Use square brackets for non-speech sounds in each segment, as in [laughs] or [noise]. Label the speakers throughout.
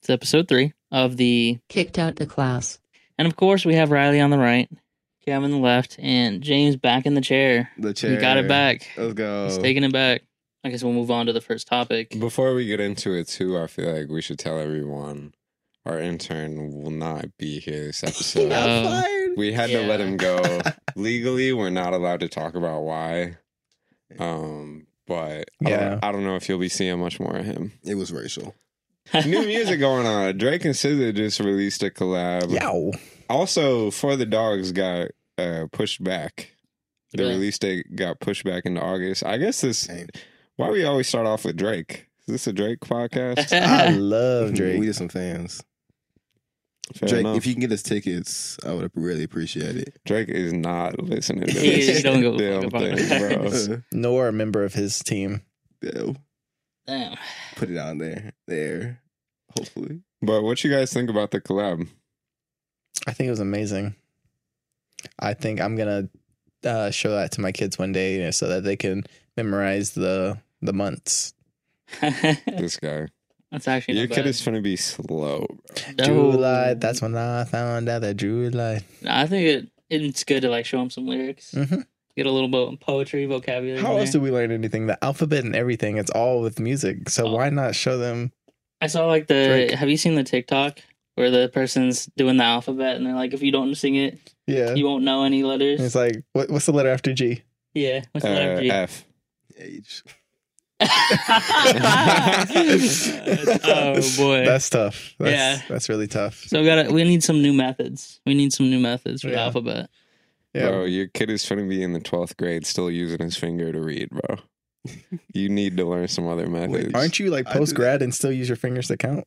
Speaker 1: It's episode three of the,
Speaker 2: Kicked out the class.
Speaker 1: and of course we have Riley on the right, Cam on the left, and James back in the chair.
Speaker 3: The
Speaker 1: We
Speaker 3: chair.
Speaker 1: got it back.
Speaker 3: Let's go.
Speaker 1: He's taking it back. I guess we'll move on to the first topic.
Speaker 4: Before we get into it, too, I feel like we should tell everyone our intern will not be here this
Speaker 3: He
Speaker 4: episode.
Speaker 3: got
Speaker 1: Um,
Speaker 3: fired.
Speaker 4: We had to let
Speaker 1: Yeah.
Speaker 4: him go. Legally, we're not allowed to talk about why. Um, but I don't-
Speaker 3: Yeah.
Speaker 4: I don't know if you'll be seeing much more of him.
Speaker 3: It was racial.
Speaker 1: [laughs]
Speaker 4: New music going on. Drake and SZA just released a
Speaker 1: [laughs]
Speaker 4: collab.
Speaker 3: Yow.
Speaker 4: Also, for the dogs got uh, pushed back. The
Speaker 1: Really?
Speaker 4: release date got pushed back into August. I guess this.
Speaker 3: Same.
Speaker 4: Why we always start off with Drake? Is this a
Speaker 1: [laughs]
Speaker 4: Drake podcast?
Speaker 5: I love
Speaker 3: Drake.
Speaker 5: Drake.
Speaker 3: We just some fans.
Speaker 4: Fair
Speaker 3: Drake,
Speaker 4: enough.
Speaker 3: if you can get us tickets, I would really appreciate it.
Speaker 4: Drake is not
Speaker 1: [laughs]
Speaker 4: listening to
Speaker 1: He
Speaker 4: this.
Speaker 1: don't give a
Speaker 4: damn
Speaker 1: fuck about
Speaker 4: thing,
Speaker 3: [laughs]
Speaker 4: bro.
Speaker 1: us.
Speaker 5: nor a member of his team.
Speaker 3: Yeah,
Speaker 1: Damn. [laughs]
Speaker 3: put it on there. There. Hopefully.
Speaker 1: [laughs]
Speaker 4: But what you guys think about the collab?
Speaker 5: I think it was amazing. I think I'm gonna uh, show that to my kids one day you know, so that they can memorize the the months.
Speaker 4: This guy,
Speaker 1: That's actually not
Speaker 4: your kid
Speaker 1: bad.
Speaker 4: is gonna be slow. bro.
Speaker 1: No.
Speaker 5: July. That's when I found out that July.
Speaker 1: I think it it's good to like show him some lyrics,
Speaker 5: Mhm.
Speaker 1: get a little bit of poetry, vocabulary.
Speaker 5: How
Speaker 1: in
Speaker 5: else
Speaker 1: there.
Speaker 5: do we learn anything? The alphabet and everything. It's all with music. So
Speaker 1: Oh.
Speaker 5: why not show them?
Speaker 1: I saw like the
Speaker 5: Drake.
Speaker 1: have you seen the TikTok where the person's doing the alphabet and they're like, if you don't sing it,
Speaker 5: Yeah.
Speaker 1: you won't know any letters.
Speaker 5: And it's like what, what's the letter
Speaker 1: [laughs]
Speaker 5: after G?
Speaker 1: yeah, what's
Speaker 4: Uh,
Speaker 1: the letter G?
Speaker 4: F.
Speaker 3: Age. [laughs]
Speaker 1: oh boy.
Speaker 5: [laughs] That's tough. That's,
Speaker 1: Yeah.
Speaker 5: That's really tough.
Speaker 1: so we gotta we need some new methods. We need some new methods for the
Speaker 5: Yeah. [laughs]
Speaker 1: alphabet.
Speaker 5: Yeah.
Speaker 4: Bro, your kid is gonna be in the twelfth grade, still using his finger to read, bro. you need to learn some other methods.
Speaker 5: Aren't you like
Speaker 3: I do
Speaker 5: post grad and still use your fingers to count?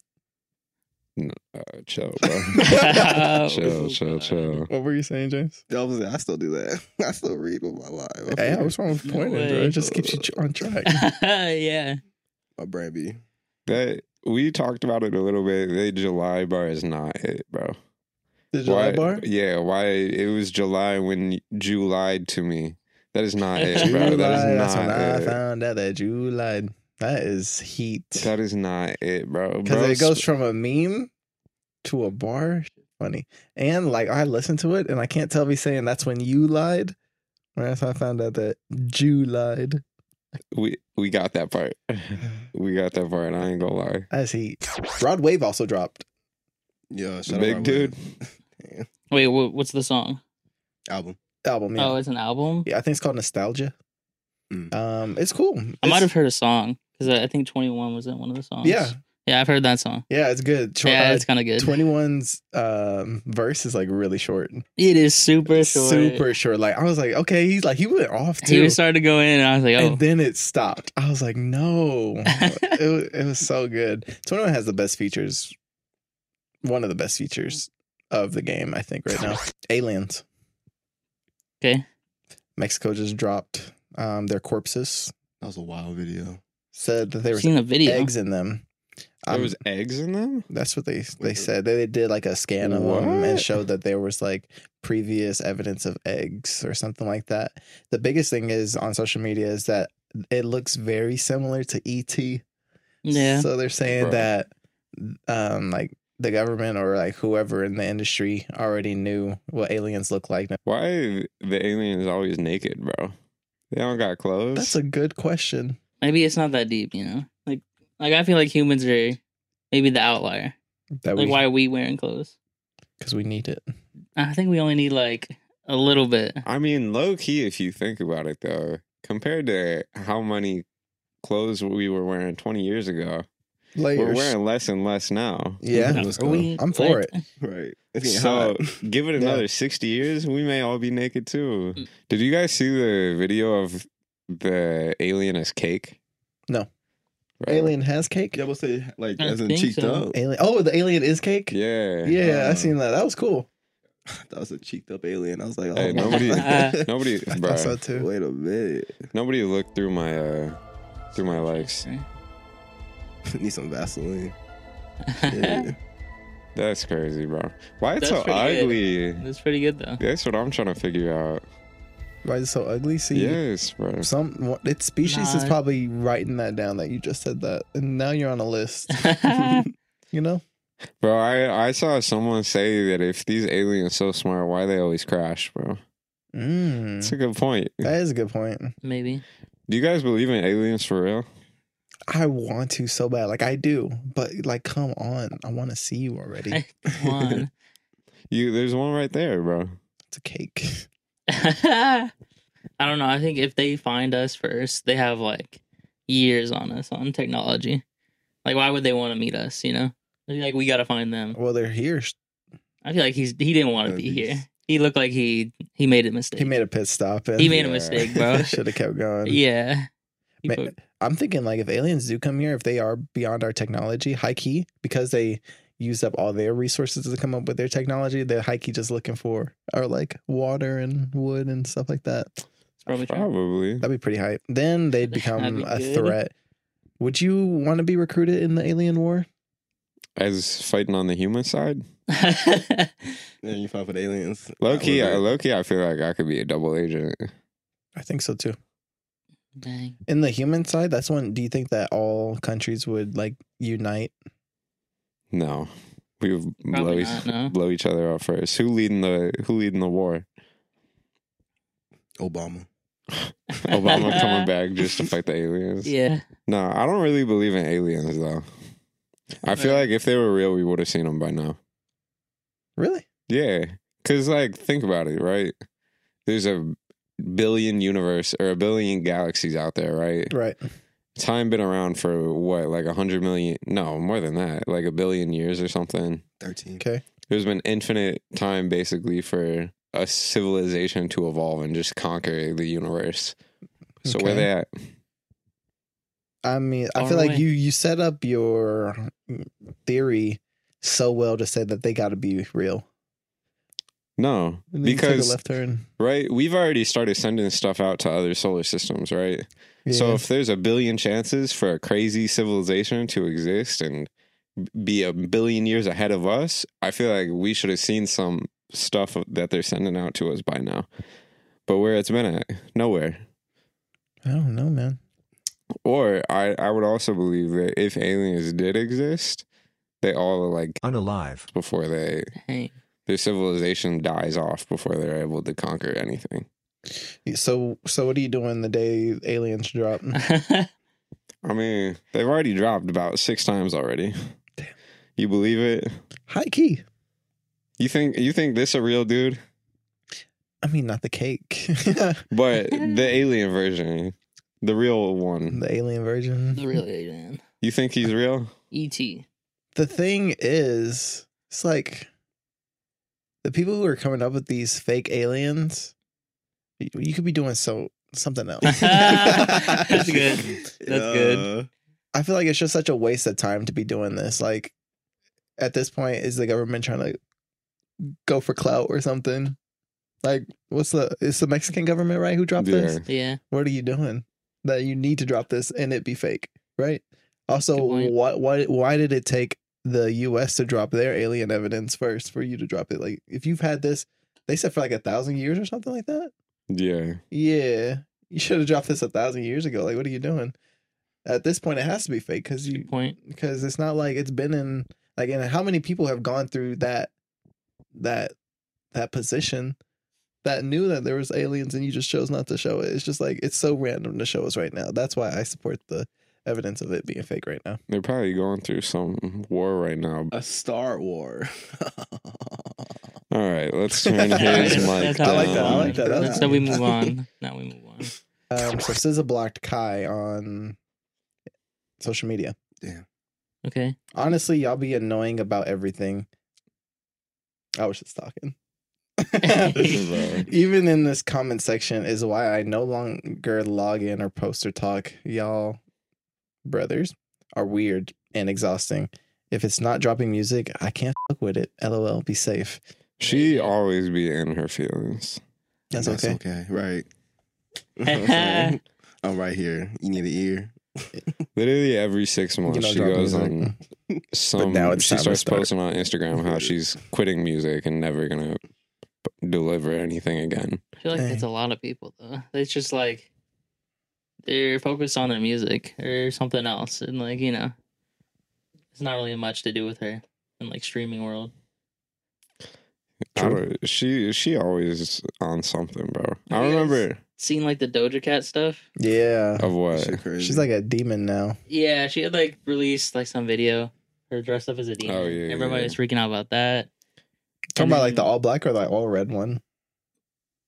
Speaker 4: Uh, chill,
Speaker 5: [laughs]
Speaker 4: bro.
Speaker 1: Oh. [laughs]
Speaker 4: chill, chill, chill.
Speaker 5: What were you saying, James?
Speaker 3: I was like, I still do that. [laughs] I still read with my life.
Speaker 5: Hey, what's wrong with
Speaker 1: No
Speaker 5: pointing,
Speaker 1: way.
Speaker 5: bro? It just keeps you on [laughs] track.
Speaker 1: yeah.
Speaker 3: My brain be.
Speaker 4: That we talked about it a little bit. The July bar is not it, bro.
Speaker 5: The July
Speaker 4: why,
Speaker 5: [laughs] bar?
Speaker 4: Yeah, why it was July when you lied to me. That is not it, bro.
Speaker 5: July,
Speaker 4: that
Speaker 5: that's
Speaker 4: is
Speaker 5: when I
Speaker 4: not it.
Speaker 5: found out that July. That is heat.
Speaker 4: That is not it, bro.
Speaker 5: Because
Speaker 4: Bro,
Speaker 5: it goes from a meme to a bar. Funny. And like I listened to it and I can't tell if he's saying that's when you lied. Or that's when I found out that Jew [sighs] lied.
Speaker 4: we we got that
Speaker 5: [laughs]
Speaker 4: part. We got that part. I ain't gonna lie.
Speaker 5: That's heat. Broad Wave also dropped.
Speaker 3: Yeah, shout out
Speaker 4: Big
Speaker 3: Rod
Speaker 4: dude.
Speaker 3: Wave. Damn.
Speaker 1: Wait, wha- what's the song?
Speaker 3: [laughs] Album.
Speaker 5: Album, yeah.
Speaker 1: Oh, it's an album.
Speaker 5: yeah I think it's called Nostalgia.
Speaker 3: Mm.
Speaker 5: Um, it's cool.
Speaker 1: I might
Speaker 5: It's-
Speaker 1: have heard a song because I I think Twenty One was in one of the songs.
Speaker 5: Yeah,
Speaker 1: yeah, I've heard that song.
Speaker 5: yeah, it's good. Short,
Speaker 1: yeah,
Speaker 5: uh,
Speaker 1: it's kind of good.
Speaker 5: 21's um, verse is like really short.
Speaker 1: It is super short.
Speaker 5: Super short. Like I was like, okay, he's like he went off
Speaker 1: He
Speaker 5: too.
Speaker 1: was starting to go in, and I was like, "Oh,
Speaker 5: And then it stopped. I was
Speaker 1: [laughs]
Speaker 5: like, no. it, wa- it was so good. 21 has the best features. One of the best features of the game, I
Speaker 1: [laughs]
Speaker 5: think, right now. Aliens.
Speaker 1: Okay.
Speaker 5: Mexico just dropped um, their corpses.
Speaker 3: That was a wild video.
Speaker 5: Said that there
Speaker 1: I've
Speaker 5: was
Speaker 1: seen the video."
Speaker 5: eggs in them.
Speaker 4: There
Speaker 5: Um,
Speaker 4: was eggs in them.
Speaker 5: That's what they they said. They, they did like a scan of them and
Speaker 4: What?
Speaker 5: showed that there was like previous evidence of eggs or something like that. The biggest thing is on social media is that it looks very similar to ET.
Speaker 1: Yeah,
Speaker 5: So they're saying
Speaker 4: Bro.
Speaker 5: that um like the government or like whoever in the industry already knew what aliens look like.
Speaker 4: Why the alien is always naked, bro? They don't got clothes.
Speaker 5: That's a good question.
Speaker 1: maybe it's not that deep, you know. Like, like I feel like humans are maybe the outlier.
Speaker 5: That
Speaker 1: Like, why
Speaker 5: we
Speaker 1: are we wearing clothes?
Speaker 5: because we need it.
Speaker 1: I think we only need like a little bit.
Speaker 4: I mean, low key, if you think about it, though, compared to how many clothes we were wearing 20 years ago, we're
Speaker 5: Layers.
Speaker 4: wearing less and less now.
Speaker 5: yeah.
Speaker 3: Let's
Speaker 1: Are
Speaker 3: go.
Speaker 1: we-
Speaker 5: I'm for
Speaker 1: what?
Speaker 5: it.
Speaker 3: Right. It's getting
Speaker 4: So,
Speaker 3: hot. [laughs]
Speaker 4: give it
Speaker 5: Yeah.
Speaker 4: another 60 years, we may all be naked too.
Speaker 1: Mm.
Speaker 4: Did you guys see the video of the alien as cake?
Speaker 5: No.
Speaker 4: Bro.
Speaker 5: Alien has cake.
Speaker 3: Yeah, we'll say like
Speaker 1: I
Speaker 3: as in
Speaker 1: think
Speaker 3: cheeked
Speaker 1: so.
Speaker 3: up.
Speaker 5: Alien. Oh, the alien is cake.
Speaker 4: Yeah.
Speaker 5: Yeah,
Speaker 3: Uh,
Speaker 5: I seen that. That was cool.
Speaker 3: That was a cheeked up alien. I was like, oh,
Speaker 4: Hey,
Speaker 3: my
Speaker 1: [laughs]
Speaker 4: nobody-
Speaker 3: God.
Speaker 4: Nobody,
Speaker 5: [laughs] I
Speaker 4: bro,
Speaker 5: thought so
Speaker 3: [laughs]
Speaker 5: too.
Speaker 3: Wait a minute. [laughs]
Speaker 4: nobody looked through my, uh, through my likes.
Speaker 1: [laughs]
Speaker 3: Need some Vaseline. Yeah.
Speaker 4: That's crazy, bro. Why it's
Speaker 1: That's
Speaker 4: so
Speaker 1: pretty good.
Speaker 4: ugly?
Speaker 1: That's pretty good [laughs] though.
Speaker 4: That's what I'm trying to figure out.
Speaker 5: Why is it so ugly? See,
Speaker 4: Yes, bro.
Speaker 5: some its species is
Speaker 1: Nah. [laughs]
Speaker 5: probably writing that down that [laughs] you just said that, and now you're on a list. You know,
Speaker 4: Bro, I, I saw someone say that if these aliens so smart, why they always crash, bro? That's
Speaker 5: Mm,
Speaker 4: a good point.
Speaker 5: that is a good point.
Speaker 1: Maybe.
Speaker 4: Do you guys believe in aliens for real?
Speaker 5: I want to so bad. Like I do, but like come on. I want to see you already.
Speaker 1: [laughs] I- One.
Speaker 4: You there's one right there, bro.
Speaker 5: It's a cake.
Speaker 1: I don't know. I think if they find us first, they have like years on us on technology. Like, why would they want to meet us? You know, I feel like we got to find them.
Speaker 5: Well, they're here.
Speaker 1: I feel like he's he didn't want to
Speaker 3: Uh,
Speaker 1: be
Speaker 3: these-
Speaker 1: here. He looked like he he made a mistake.
Speaker 5: He made a pit stop. And
Speaker 1: He made a
Speaker 4: Yeah.
Speaker 1: mistake, [laughs]
Speaker 5: [laughs]
Speaker 1: bro.
Speaker 5: Should have kept going.
Speaker 1: yeah. He
Speaker 5: Ma-
Speaker 1: put-
Speaker 5: I'm thinking like if aliens do come here, if they are beyond our technology, high key, because they used up all their resources to come up with their technology, they're high key just looking for are like water and wood and stuff like that.
Speaker 1: it's probably true.
Speaker 4: Probably.
Speaker 5: That'd be pretty hype.
Speaker 1: [laughs]
Speaker 5: Then they'd become
Speaker 1: be
Speaker 5: a
Speaker 1: good.
Speaker 5: threat. Would you want to be recruited in the alien war?
Speaker 4: As fighting on the human side?
Speaker 1: [laughs]
Speaker 3: And you fight for the aliens.
Speaker 4: Low key,
Speaker 3: I
Speaker 4: I,
Speaker 3: would-
Speaker 4: low key, I feel like I could be a double agent.
Speaker 5: I think so too.
Speaker 1: Dang.
Speaker 5: In the human side, that's when do you think that all countries would like unite?
Speaker 4: No. We would blow,
Speaker 1: Probably
Speaker 4: each-
Speaker 1: not, no.
Speaker 4: [laughs] blow each other up first. Who leading the who leading
Speaker 1: [laughs]
Speaker 4: the war?
Speaker 3: Obama.
Speaker 4: Obama coming back just to fight the aliens.
Speaker 1: Yeah.
Speaker 4: No, I don't really believe in aliens though. I feel
Speaker 1: Right.
Speaker 4: like if they were real, we would have seen them by now.
Speaker 5: Really?
Speaker 4: Yeah, because like think about it, right? There's a billion universe or a billion galaxies out there, right?
Speaker 5: Right.
Speaker 4: Time been around for what, like a hundred million? No, more than that, like a billion years or something.
Speaker 3: 13.
Speaker 5: Okay. [laughs]
Speaker 4: There's been infinite time basically for a civilization to evolve and just conquer the universe. So where
Speaker 5: Okay.
Speaker 4: they at?
Speaker 5: I mean, I
Speaker 1: Far
Speaker 5: feel like
Speaker 1: away.
Speaker 5: you you set up your theory so well to say that they got to be real.
Speaker 4: No,
Speaker 5: And then you took a
Speaker 4: because
Speaker 5: left turn.
Speaker 4: right, we've already started sending stuff out to other solar systems, right? So
Speaker 5: Yeah.
Speaker 4: if there's a billion chances for a crazy civilization to exist and be a billion years ahead of us, I feel like we should have seen some stuff that they're sending out to us by now. But where it's been at, nowhere.
Speaker 5: I don't know, man.
Speaker 4: Or I, I would also believe that if aliens did exist, they all are like
Speaker 2: unalive,
Speaker 4: before they
Speaker 1: Dang. [laughs]
Speaker 4: their civilization dies off before they're able to conquer anything.
Speaker 5: So so what are you doing the day aliens
Speaker 1: [laughs]
Speaker 5: drop?
Speaker 4: I mean, they've already dropped about six times already. You believe it?
Speaker 5: High key.
Speaker 4: You think you think this a real dude?
Speaker 5: I mean, not
Speaker 1: [laughs]
Speaker 5: the cake, [laughs]
Speaker 4: But the alien version, the real one.
Speaker 5: the alien version.
Speaker 1: the real alien.
Speaker 4: You think he's real?
Speaker 1: E.T.
Speaker 5: the thing is, it's like the people who are coming up with these fake aliens, you, you could be doing so something else.
Speaker 1: [laughs] That's good.
Speaker 3: Yeah.
Speaker 1: good.
Speaker 5: I feel like it's just such a waste of time to be doing this. Like at this point, is the government trying to go for clout or something? Like, what's the it's the Mexican government, right? Who dropped this?
Speaker 4: Yeah.
Speaker 1: Yeah.
Speaker 5: What are you doing? That you need to drop this and it be fake, right? Also,
Speaker 1: Good point.
Speaker 5: why why why did it take the U.S. to drop their alien evidence first for you to drop it? Like, if you've had this, they said for like a thousand years or something like that.
Speaker 4: Yeah.
Speaker 5: Yeah, you should have dropped this a thousand years ago. Like, what are you doing? At this point, it has to be fake because you
Speaker 1: Good point.
Speaker 5: because it's not like it's been in like and how many people have gone through that that that position that knew that there was aliens and you just chose not to show it it's just like it's so random to show us right now that's why i support the evidence of it being fake right now
Speaker 4: They're probably going through some war right now.
Speaker 3: A Star War. [laughs]
Speaker 4: All right, let's
Speaker 5: [laughs]
Speaker 4: turn his
Speaker 1: That's- that's
Speaker 4: mic down.
Speaker 1: how
Speaker 5: I like that, I like that. That's
Speaker 1: Let's- So we move on. Now we move on.
Speaker 5: um so SZA blocked kai on social media
Speaker 1: Okay.
Speaker 5: honestly y'all be annoying about everything i was just talking [laughs] even in this comment section is why I no longer log in or post or talk. Y'all brothers are weird and exhausting. If it's not dropping music, I can't fuck with it. LOL, be safe.
Speaker 4: She always be in her feelings.
Speaker 5: That's okay.
Speaker 3: okay. Right. I'm saying, I'm right here. You need an ear.
Speaker 4: Literally every six months,
Speaker 5: You know,
Speaker 4: she
Speaker 5: drop
Speaker 4: goes
Speaker 5: music.
Speaker 4: on some.
Speaker 5: now it's
Speaker 4: she
Speaker 5: time to
Speaker 4: starts
Speaker 5: start.
Speaker 4: posting on Instagram how she's quitting music and never gonna p- deliver anything again.
Speaker 1: [laughs] I feel like that's a lot of people though. It's just like they're focused on their music or something else, and like you know, it's not really much to do with her. and like streaming world.
Speaker 4: I don't- she she always on something, bro. I
Speaker 1: Yes.
Speaker 4: remember
Speaker 1: Seen like the Doja Cat stuff.
Speaker 5: [laughs] Yeah.
Speaker 4: of what
Speaker 3: Shit crazy. [laughs]
Speaker 5: She's like a demon now.
Speaker 1: Yeah, she had like released like some video. Her dressed up as a demon.
Speaker 4: Oh, yeah, yeah,
Speaker 1: Everybody
Speaker 4: yeah.
Speaker 1: was freaking out about that.
Speaker 5: Talking about like the
Speaker 1: And-
Speaker 5: all black or the all red one.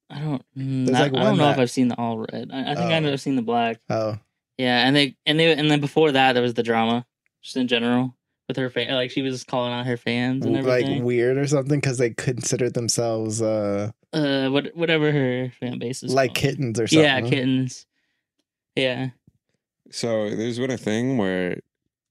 Speaker 1: I don't. mm,
Speaker 5: There's,
Speaker 1: I,
Speaker 5: like,
Speaker 1: I
Speaker 5: one
Speaker 1: don't know if
Speaker 5: that-
Speaker 1: I've seen the all red. I, I think
Speaker 5: Oh.
Speaker 1: I know I've seen the black.
Speaker 5: Oh,
Speaker 1: Yeah, and they and they and then before that there was the drama, just in general with her fan. Like she was calling out her fans and
Speaker 5: like
Speaker 1: everything.
Speaker 5: weird or something because they considered themselves uh
Speaker 1: uh, what whatever her fan base is
Speaker 5: like
Speaker 1: called.
Speaker 5: kittens or something.
Speaker 1: Yeah, kittens. Yeah,
Speaker 4: So there's been a thing where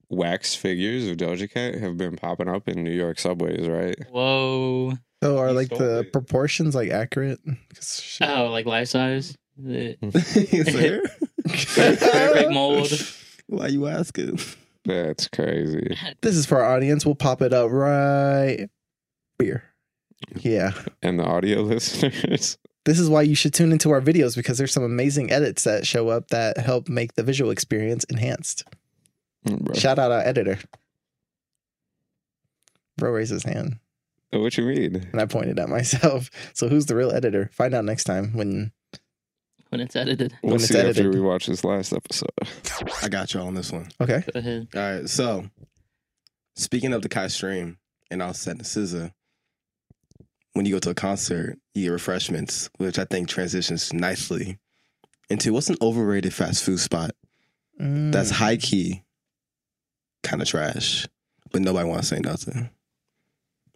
Speaker 4: wax figures of Doja Cat have been popping up in New York subways, right?
Speaker 1: whoa.
Speaker 5: So are
Speaker 4: He
Speaker 5: like
Speaker 4: stole
Speaker 5: the
Speaker 4: it.
Speaker 5: proportions like accurate? 'Cause she- [laughs]
Speaker 1: Oh, like life size. The-
Speaker 3: It's like,
Speaker 1: Perfect mold.
Speaker 3: Why you asking? [laughs]
Speaker 4: That's crazy.
Speaker 5: This is for our audience. We'll pop it up right here. Yeah.
Speaker 4: And the audio [laughs] listeners,
Speaker 5: This is why you should tune into our videos because there's some amazing edits that show up that help make the visual experience enhanced.
Speaker 4: bro.
Speaker 5: Shout out our editor. Bro raised his hand
Speaker 4: what you mean?
Speaker 5: and I pointed at [laughs] myself. So who's the real editor? Find out next time when
Speaker 1: when it's edited.
Speaker 4: We'll
Speaker 5: When it's
Speaker 4: see after
Speaker 5: edited.
Speaker 4: we watch this last episode.
Speaker 3: I got y'all on this one.
Speaker 5: Okay.
Speaker 1: Go ahead.
Speaker 3: All right. So, speaking of the Kai stream, and I'll set the scissor. When you go to a concert, you get refreshments, which I think transitions nicely into what's an overrated fast food spot
Speaker 5: Mm.
Speaker 3: that's high key, kind of trash, but nobody wants to say nothing.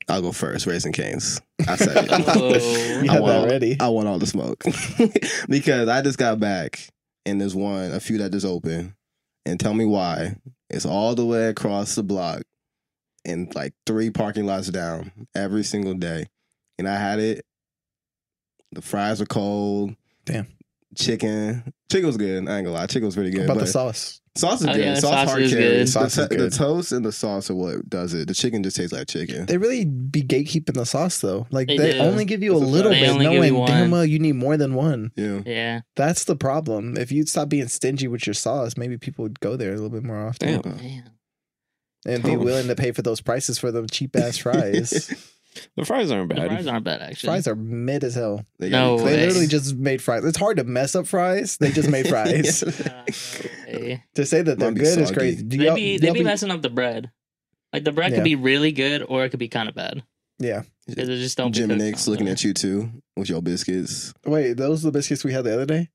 Speaker 3: I'll go first. Raising Canes. I said it.
Speaker 5: [laughs]
Speaker 1: Whoa.
Speaker 5: You
Speaker 3: I
Speaker 5: had that
Speaker 3: want-
Speaker 5: ready.
Speaker 3: I want all the smoke [laughs] because I just got back and there's one, a few that just opened. And tell me why. It's all the way across the block and like three parking lots down every single day. And I had it. The fries were cold.
Speaker 5: Damn.
Speaker 3: Chicken. Chicken was good. I ain't gonna lie. Chicken was pretty good.
Speaker 5: about
Speaker 3: but
Speaker 5: the sauce.
Speaker 3: sauce is
Speaker 1: Oh,
Speaker 3: good.
Speaker 1: yeah,
Speaker 3: sauce,
Speaker 1: sauce
Speaker 3: hard
Speaker 1: is
Speaker 3: carries.
Speaker 1: good.
Speaker 3: The
Speaker 5: Sauce
Speaker 3: to-
Speaker 5: is good.
Speaker 3: The toast and the sauce are what does it. The chicken just tastes like chicken.
Speaker 5: They really be gatekeeping the sauce though. Like they,
Speaker 1: They do.
Speaker 5: only give you a
Speaker 3: That's a
Speaker 5: little
Speaker 3: fact.
Speaker 1: They
Speaker 5: bit,
Speaker 1: only give you
Speaker 5: knowing damn
Speaker 1: one.
Speaker 5: well you need more than one.
Speaker 3: Yeah.
Speaker 1: Yeah.
Speaker 5: That's the problem. If you'd stop being stingy with your sauce, maybe people would go there a little bit more often
Speaker 4: Damn.
Speaker 1: Man.
Speaker 5: and be
Speaker 4: Oh.
Speaker 5: willing to pay for those prices for them cheap ass fries.
Speaker 3: [laughs]
Speaker 4: The fries aren't
Speaker 1: The
Speaker 4: bad.
Speaker 1: fries aren't bad actually.
Speaker 5: fries are mid as hell.
Speaker 3: They
Speaker 1: No
Speaker 3: gotta be
Speaker 1: way.
Speaker 5: They
Speaker 3: clean.
Speaker 5: literally just made fries. It's hard to mess up fries. They
Speaker 3: [laughs]
Speaker 5: just made fries.
Speaker 1: Uh, [laughs] no way.
Speaker 5: to say that they're
Speaker 3: Might be
Speaker 5: good is
Speaker 3: soggy.
Speaker 5: crazy. [laughs] Do
Speaker 1: They
Speaker 5: y'all-
Speaker 1: be
Speaker 5: do
Speaker 1: they
Speaker 5: y'all
Speaker 1: be messing up the bread. Like the bread
Speaker 5: Yeah.
Speaker 1: could be really good or it could be kind of bad.
Speaker 5: Yeah.
Speaker 1: 'Cause it just don't.
Speaker 3: Jim and Nick's looking at you too with your biscuits.
Speaker 5: Wait, those are the biscuits we had the other day?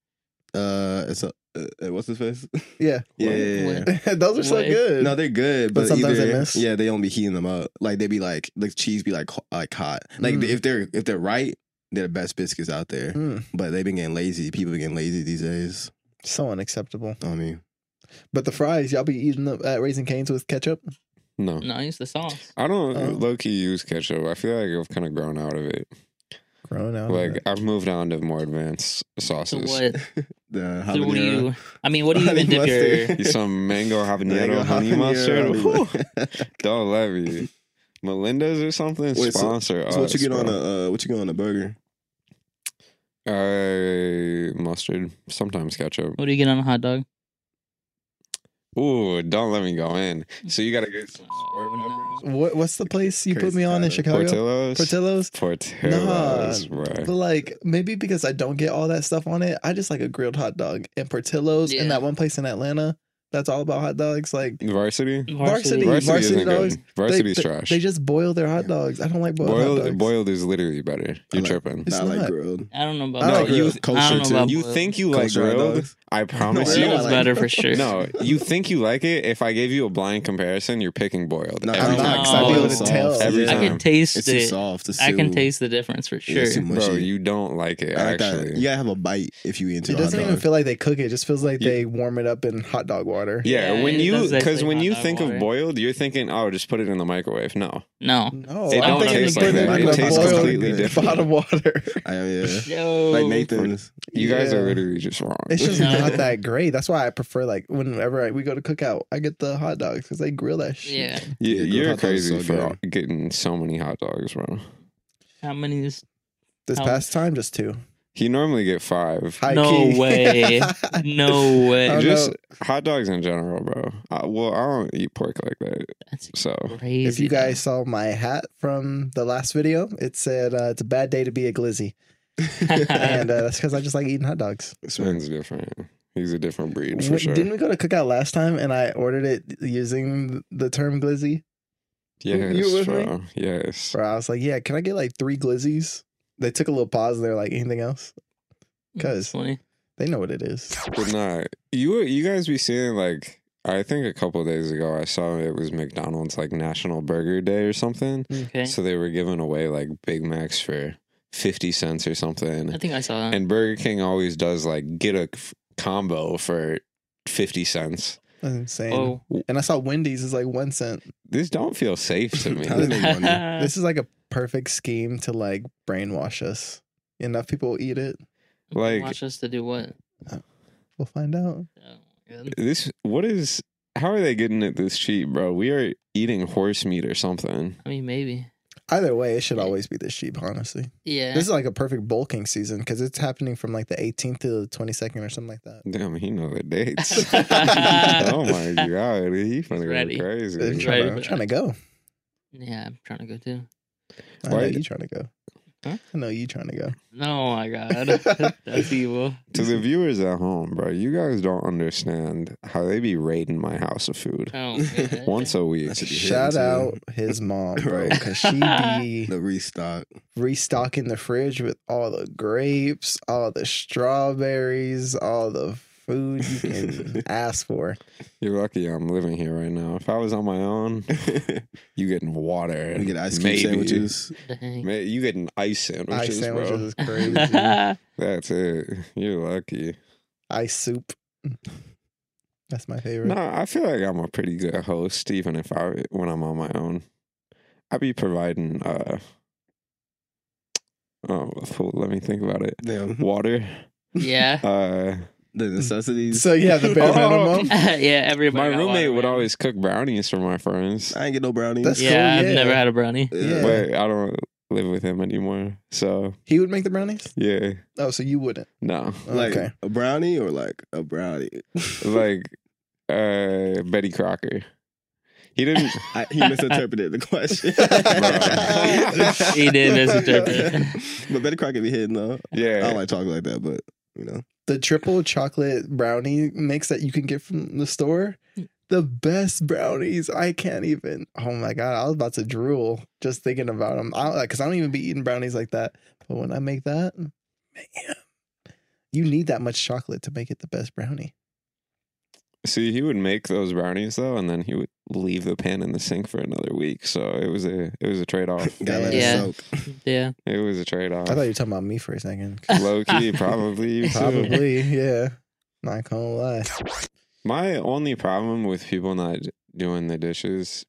Speaker 3: Uh, it's a, uh, uh, what's his face?
Speaker 5: [laughs] Yeah.
Speaker 3: yeah,
Speaker 4: What?
Speaker 3: yeah, yeah.
Speaker 5: those are so
Speaker 1: What?
Speaker 5: good.
Speaker 3: No, they're good,
Speaker 5: But
Speaker 3: but,
Speaker 5: sometimes
Speaker 3: either,
Speaker 5: they miss.
Speaker 3: Yeah, they don't be heating them up. Like they be like the cheese be like ho- like hot. Like
Speaker 5: Mm.
Speaker 3: if they're if they're right, they're the best biscuits out there.
Speaker 5: Mm,
Speaker 3: But they've been getting lazy. People been getting lazy these days.
Speaker 5: so unacceptable.
Speaker 3: I mean,
Speaker 5: But the fries, y'all be eating them at Raising Canes with ketchup?
Speaker 4: No.
Speaker 1: No, use the sauce.
Speaker 4: I don't
Speaker 5: Oh.
Speaker 4: low key use ketchup. I feel like I've kind of grown out of it.
Speaker 5: Grown
Speaker 3: Oh,
Speaker 5: out. of
Speaker 4: Like
Speaker 5: it.
Speaker 4: I've moved on to more advanced
Speaker 1: So
Speaker 4: sauces.
Speaker 1: what?
Speaker 3: the
Speaker 1: So what do
Speaker 3: habanero.
Speaker 1: you? I mean, what do you
Speaker 3: Honey
Speaker 1: even dip your? [laughs]
Speaker 3: mustard.
Speaker 4: Some mango habanero
Speaker 3: Mango
Speaker 4: honey
Speaker 3: habanero,
Speaker 4: mustard.
Speaker 3: honey
Speaker 4: Whew.
Speaker 3: mustard.
Speaker 4: Don't let me. Melinda's or something
Speaker 3: Wait, so-
Speaker 4: sponsor
Speaker 3: [laughs]
Speaker 4: us.
Speaker 3: so what you get on
Speaker 4: bro.
Speaker 3: a uh, what you get on a burger?
Speaker 4: Uh, mustard, sometimes ketchup.
Speaker 1: What do you get on a hot dog?
Speaker 4: Ooh, don't let me go in. So you gotta get some
Speaker 1: Oh, no.
Speaker 5: What, what's the place you put
Speaker 3: Crazy
Speaker 5: me on in
Speaker 3: Tyler.
Speaker 5: Chicago?
Speaker 4: Portillos.
Speaker 5: Portillos?
Speaker 4: Portillos,
Speaker 5: Nah,
Speaker 4: bro.
Speaker 5: But like maybe because I don't get all that stuff on it, I just like a grilled hot dog and Portillo's
Speaker 1: Yeah.
Speaker 5: and that one place in Atlanta that's all about hot dogs. Like
Speaker 4: Varsity.
Speaker 1: Mm.
Speaker 4: Varsity,
Speaker 5: Varsity- Varsity
Speaker 4: isn't
Speaker 5: dogs,
Speaker 4: good. Varsity's
Speaker 5: they,
Speaker 4: trash.
Speaker 5: They just boil their hot dogs. I don't like boiled hot
Speaker 4: boiled,
Speaker 5: dogs.
Speaker 4: boiled is literally better. You're
Speaker 3: like-
Speaker 4: tripping.
Speaker 5: It's
Speaker 3: Not like
Speaker 5: not.
Speaker 3: grilled.
Speaker 1: I don't know about.
Speaker 5: I
Speaker 1: that.
Speaker 4: like No, you-
Speaker 1: I don't know
Speaker 3: kosher, too.
Speaker 1: about
Speaker 4: You
Speaker 1: boiled.
Speaker 4: think you like
Speaker 3: Kosher hot
Speaker 4: grilled?
Speaker 3: dogs?
Speaker 4: I promise
Speaker 5: No,
Speaker 1: Grilled
Speaker 5: I
Speaker 1: is
Speaker 5: like-
Speaker 4: you.
Speaker 1: better for sure.
Speaker 4: No, you think you like it. If I gave you a blind comparison, you're picking boiled.
Speaker 3: No,
Speaker 4: every
Speaker 3: I'm not,
Speaker 4: time.
Speaker 3: 'cause I'd be
Speaker 1: No.
Speaker 3: able to tell.
Speaker 4: Every
Speaker 1: Oh, I
Speaker 4: time.
Speaker 1: can taste
Speaker 3: It's too
Speaker 1: it.
Speaker 3: soft. It's
Speaker 1: I can
Speaker 3: too-
Speaker 1: taste the difference for
Speaker 3: yeah,
Speaker 1: sure.
Speaker 3: it's too mushy.
Speaker 4: Bro, you don't like it,
Speaker 3: I like that.
Speaker 4: actually.
Speaker 3: You gotta have a bite if you eat into
Speaker 5: It
Speaker 3: a
Speaker 5: doesn't
Speaker 3: hot
Speaker 5: even
Speaker 3: dog.
Speaker 5: feel like they cook it. It just feels like
Speaker 4: You-
Speaker 5: they warm it up in hot dog water.
Speaker 4: Yeah,
Speaker 1: Yeah,
Speaker 4: when
Speaker 1: it
Speaker 4: you
Speaker 1: does taste
Speaker 4: because
Speaker 1: like
Speaker 4: when
Speaker 1: hot
Speaker 4: you
Speaker 1: dog
Speaker 4: think
Speaker 1: water.
Speaker 4: of boiled, you're thinking, oh, just put it in the microwave. No,
Speaker 1: No.
Speaker 5: No,
Speaker 4: It
Speaker 5: I'm
Speaker 4: don't
Speaker 5: thinking
Speaker 4: taste
Speaker 5: they put
Speaker 4: like
Speaker 5: it
Speaker 4: that.
Speaker 5: in
Speaker 4: It
Speaker 5: the
Speaker 4: tastes
Speaker 5: boiled [laughs]
Speaker 4: completely different.
Speaker 5: Bottled water.
Speaker 3: I yeah.
Speaker 1: Yo.
Speaker 3: Like Nathan's.
Speaker 4: you guys
Speaker 5: Yeah.
Speaker 4: are literally just wrong.
Speaker 5: It's just
Speaker 1: No.
Speaker 5: not that great. That's why I prefer like whenever I, we go to cookout, I get the hot dogs because they grill that shit.
Speaker 1: Yeah.
Speaker 3: Yeah,
Speaker 4: You, you're
Speaker 3: grilled hot dogs
Speaker 4: crazy
Speaker 3: is so
Speaker 4: for getting so many hot dogs, bro.
Speaker 1: How many is
Speaker 5: This
Speaker 1: How-
Speaker 5: past time, just two.
Speaker 4: He normally get five.
Speaker 5: High
Speaker 1: No
Speaker 5: key. [laughs]
Speaker 1: way. No way.
Speaker 5: Oh, no.
Speaker 4: Just hot dogs in general, bro. I, well, I don't eat pork like that,
Speaker 1: That's
Speaker 4: so
Speaker 1: crazy.
Speaker 5: if you guys saw my hat from the last video, it said uh, it's a bad day to be a glizzy, [laughs] and uh, that's because I just like eating hot dogs.
Speaker 4: Sven's different. He's a different breed for
Speaker 5: Wait,
Speaker 4: sure.
Speaker 5: Didn't we go to cookout last time and I ordered it using the term glizzy?
Speaker 4: yes,
Speaker 5: you were with me?
Speaker 4: bro. Yes.
Speaker 5: Where I was like, yeah, can I get like three glizzies? They took a little pause and they're like, anything else?
Speaker 1: That's funny.
Speaker 5: They know what it is.
Speaker 4: But nah, you you guys be seeing like I think a couple days ago I saw it was McDonald's like National Burger Day or something.
Speaker 1: Okay.
Speaker 4: So they were giving away like Big Macs for fifty cents or something.
Speaker 1: I think I saw that.
Speaker 4: And Burger King always does like get a f- combo for fifty cents.
Speaker 5: That's insane.
Speaker 1: oh.
Speaker 5: And I saw Wendy's is like one cent.
Speaker 4: This don't feel safe
Speaker 3: [laughs]
Speaker 4: to me.
Speaker 3: I don't know.
Speaker 1: Uh.
Speaker 5: this is like a perfect scheme to like brainwash us. Enough people will eat it.
Speaker 4: like-
Speaker 1: [laughs] watch us to do what?
Speaker 5: We'll find
Speaker 1: Oh,
Speaker 5: out.
Speaker 1: my God.
Speaker 4: [laughs] this what is how are they getting it this cheap, bro? We are eating horse meat or something.
Speaker 1: I mean, maybe.
Speaker 5: Either way, it should always be this cheap, honestly.
Speaker 1: Yeah.
Speaker 5: This is like a perfect bulking season because it's happening from like the 18th to the 22nd or something like that.
Speaker 4: Damn, he know
Speaker 3: [laughs]
Speaker 4: the dates. oh
Speaker 1: Oh
Speaker 4: my god, he finna
Speaker 1: ready.
Speaker 4: go
Speaker 5: I'm
Speaker 4: crazy.
Speaker 1: He's ready
Speaker 5: trying, to, I'm
Speaker 1: for
Speaker 5: trying to
Speaker 1: that.
Speaker 5: go.
Speaker 1: yeah, I'm trying to go too.
Speaker 5: I
Speaker 4: Why-
Speaker 5: know you trying to go.
Speaker 1: Huh?
Speaker 5: I know you trying to go.
Speaker 1: Oh my
Speaker 4: [laughs]
Speaker 1: god, that's evil.
Speaker 4: To the viewers at home, bro, you guys don't understand how they be raiding my house of food
Speaker 1: Oh, man.
Speaker 4: once a week.
Speaker 3: That should be
Speaker 5: Shout
Speaker 3: hitting,
Speaker 5: out
Speaker 3: too.
Speaker 5: his mom, bro,
Speaker 3: Right.
Speaker 5: because she
Speaker 3: [laughs]
Speaker 5: be
Speaker 3: the
Speaker 5: [laughs]
Speaker 3: restock.
Speaker 5: restocking the fridge with all the grapes, all the strawberries, all the food you can ask for.
Speaker 4: You're lucky I'm living here right now. If I was on my own,
Speaker 3: we
Speaker 4: you getting water.
Speaker 3: get ice cream sandwiches.
Speaker 1: [laughs] Dang.
Speaker 4: May- you getting ice sandwiches,
Speaker 5: Ice sandwiches
Speaker 4: bro.
Speaker 1: [laughs]
Speaker 5: is crazy.
Speaker 4: That's it. [laughs] You're lucky.
Speaker 5: Ice soup. That's my favorite.
Speaker 4: No, I feel like I'm a pretty good host, even if I when I'm on my own. I be providing. uh Oh, fool, let me think about it.
Speaker 5: [laughs]
Speaker 3: Damn.
Speaker 4: Water.
Speaker 1: yeah.
Speaker 4: Uh
Speaker 3: The necessities.
Speaker 5: So yeah, the bare
Speaker 4: Oh.
Speaker 5: minimum.
Speaker 1: [laughs] yeah,
Speaker 4: My
Speaker 1: everybody. got
Speaker 4: roommate
Speaker 1: water,
Speaker 4: would
Speaker 1: man.
Speaker 4: always "Oh, cook brownies for my friends.
Speaker 3: I ain't get no brownies.
Speaker 5: That's-
Speaker 1: Yeah,
Speaker 5: Cool, yeah.
Speaker 1: I've never had a
Speaker 4: [laughs]
Speaker 1: brownie.
Speaker 5: Yeah.
Speaker 4: But I don't live with him anymore. So
Speaker 5: He would make the brownies.
Speaker 4: yeah,
Speaker 5: Oh, so you wouldn't? [laughs]
Speaker 4: no,
Speaker 3: Like
Speaker 5: okay.
Speaker 3: a brownie or like a brownie.
Speaker 4: like uh Betty Crocker. He
Speaker 5: [laughs]
Speaker 4: didn't.
Speaker 3: I, he misinterpreted the question.
Speaker 5: Bro.
Speaker 3: [laughs]
Speaker 1: He did misinterpret it.
Speaker 3: But Betty Crocker be hitting though. I
Speaker 5: Oh,
Speaker 3: don't
Speaker 4: Yeah,
Speaker 3: like talking like that, but you know.
Speaker 5: The triple chocolate brownie mix that you can get from the store.
Speaker 1: Mm.
Speaker 5: The best brownies. I can't even. Oh my god, I was about to drool just thinking about them. I like because I don't even be eating brownies like that. But when I make that, man, you need that much chocolate to make it the best brownie.
Speaker 4: see, he would make those brownies though, and then he would leave the pan in the sink for another week. So it was a it was a trade off.
Speaker 5: [laughs]
Speaker 3: Gotta let
Speaker 1: Yeah.
Speaker 3: it soak. [laughs]
Speaker 1: Yeah.
Speaker 4: It was a trade
Speaker 5: I thought you
Speaker 4: off. [laughs]
Speaker 5: were talking about me for
Speaker 1: [laughs]
Speaker 5: a second.
Speaker 4: Low key, probably.
Speaker 5: [laughs]
Speaker 4: you too.
Speaker 5: Probably, yeah. Not gonna lie.
Speaker 4: My only problem with people not doing the dishes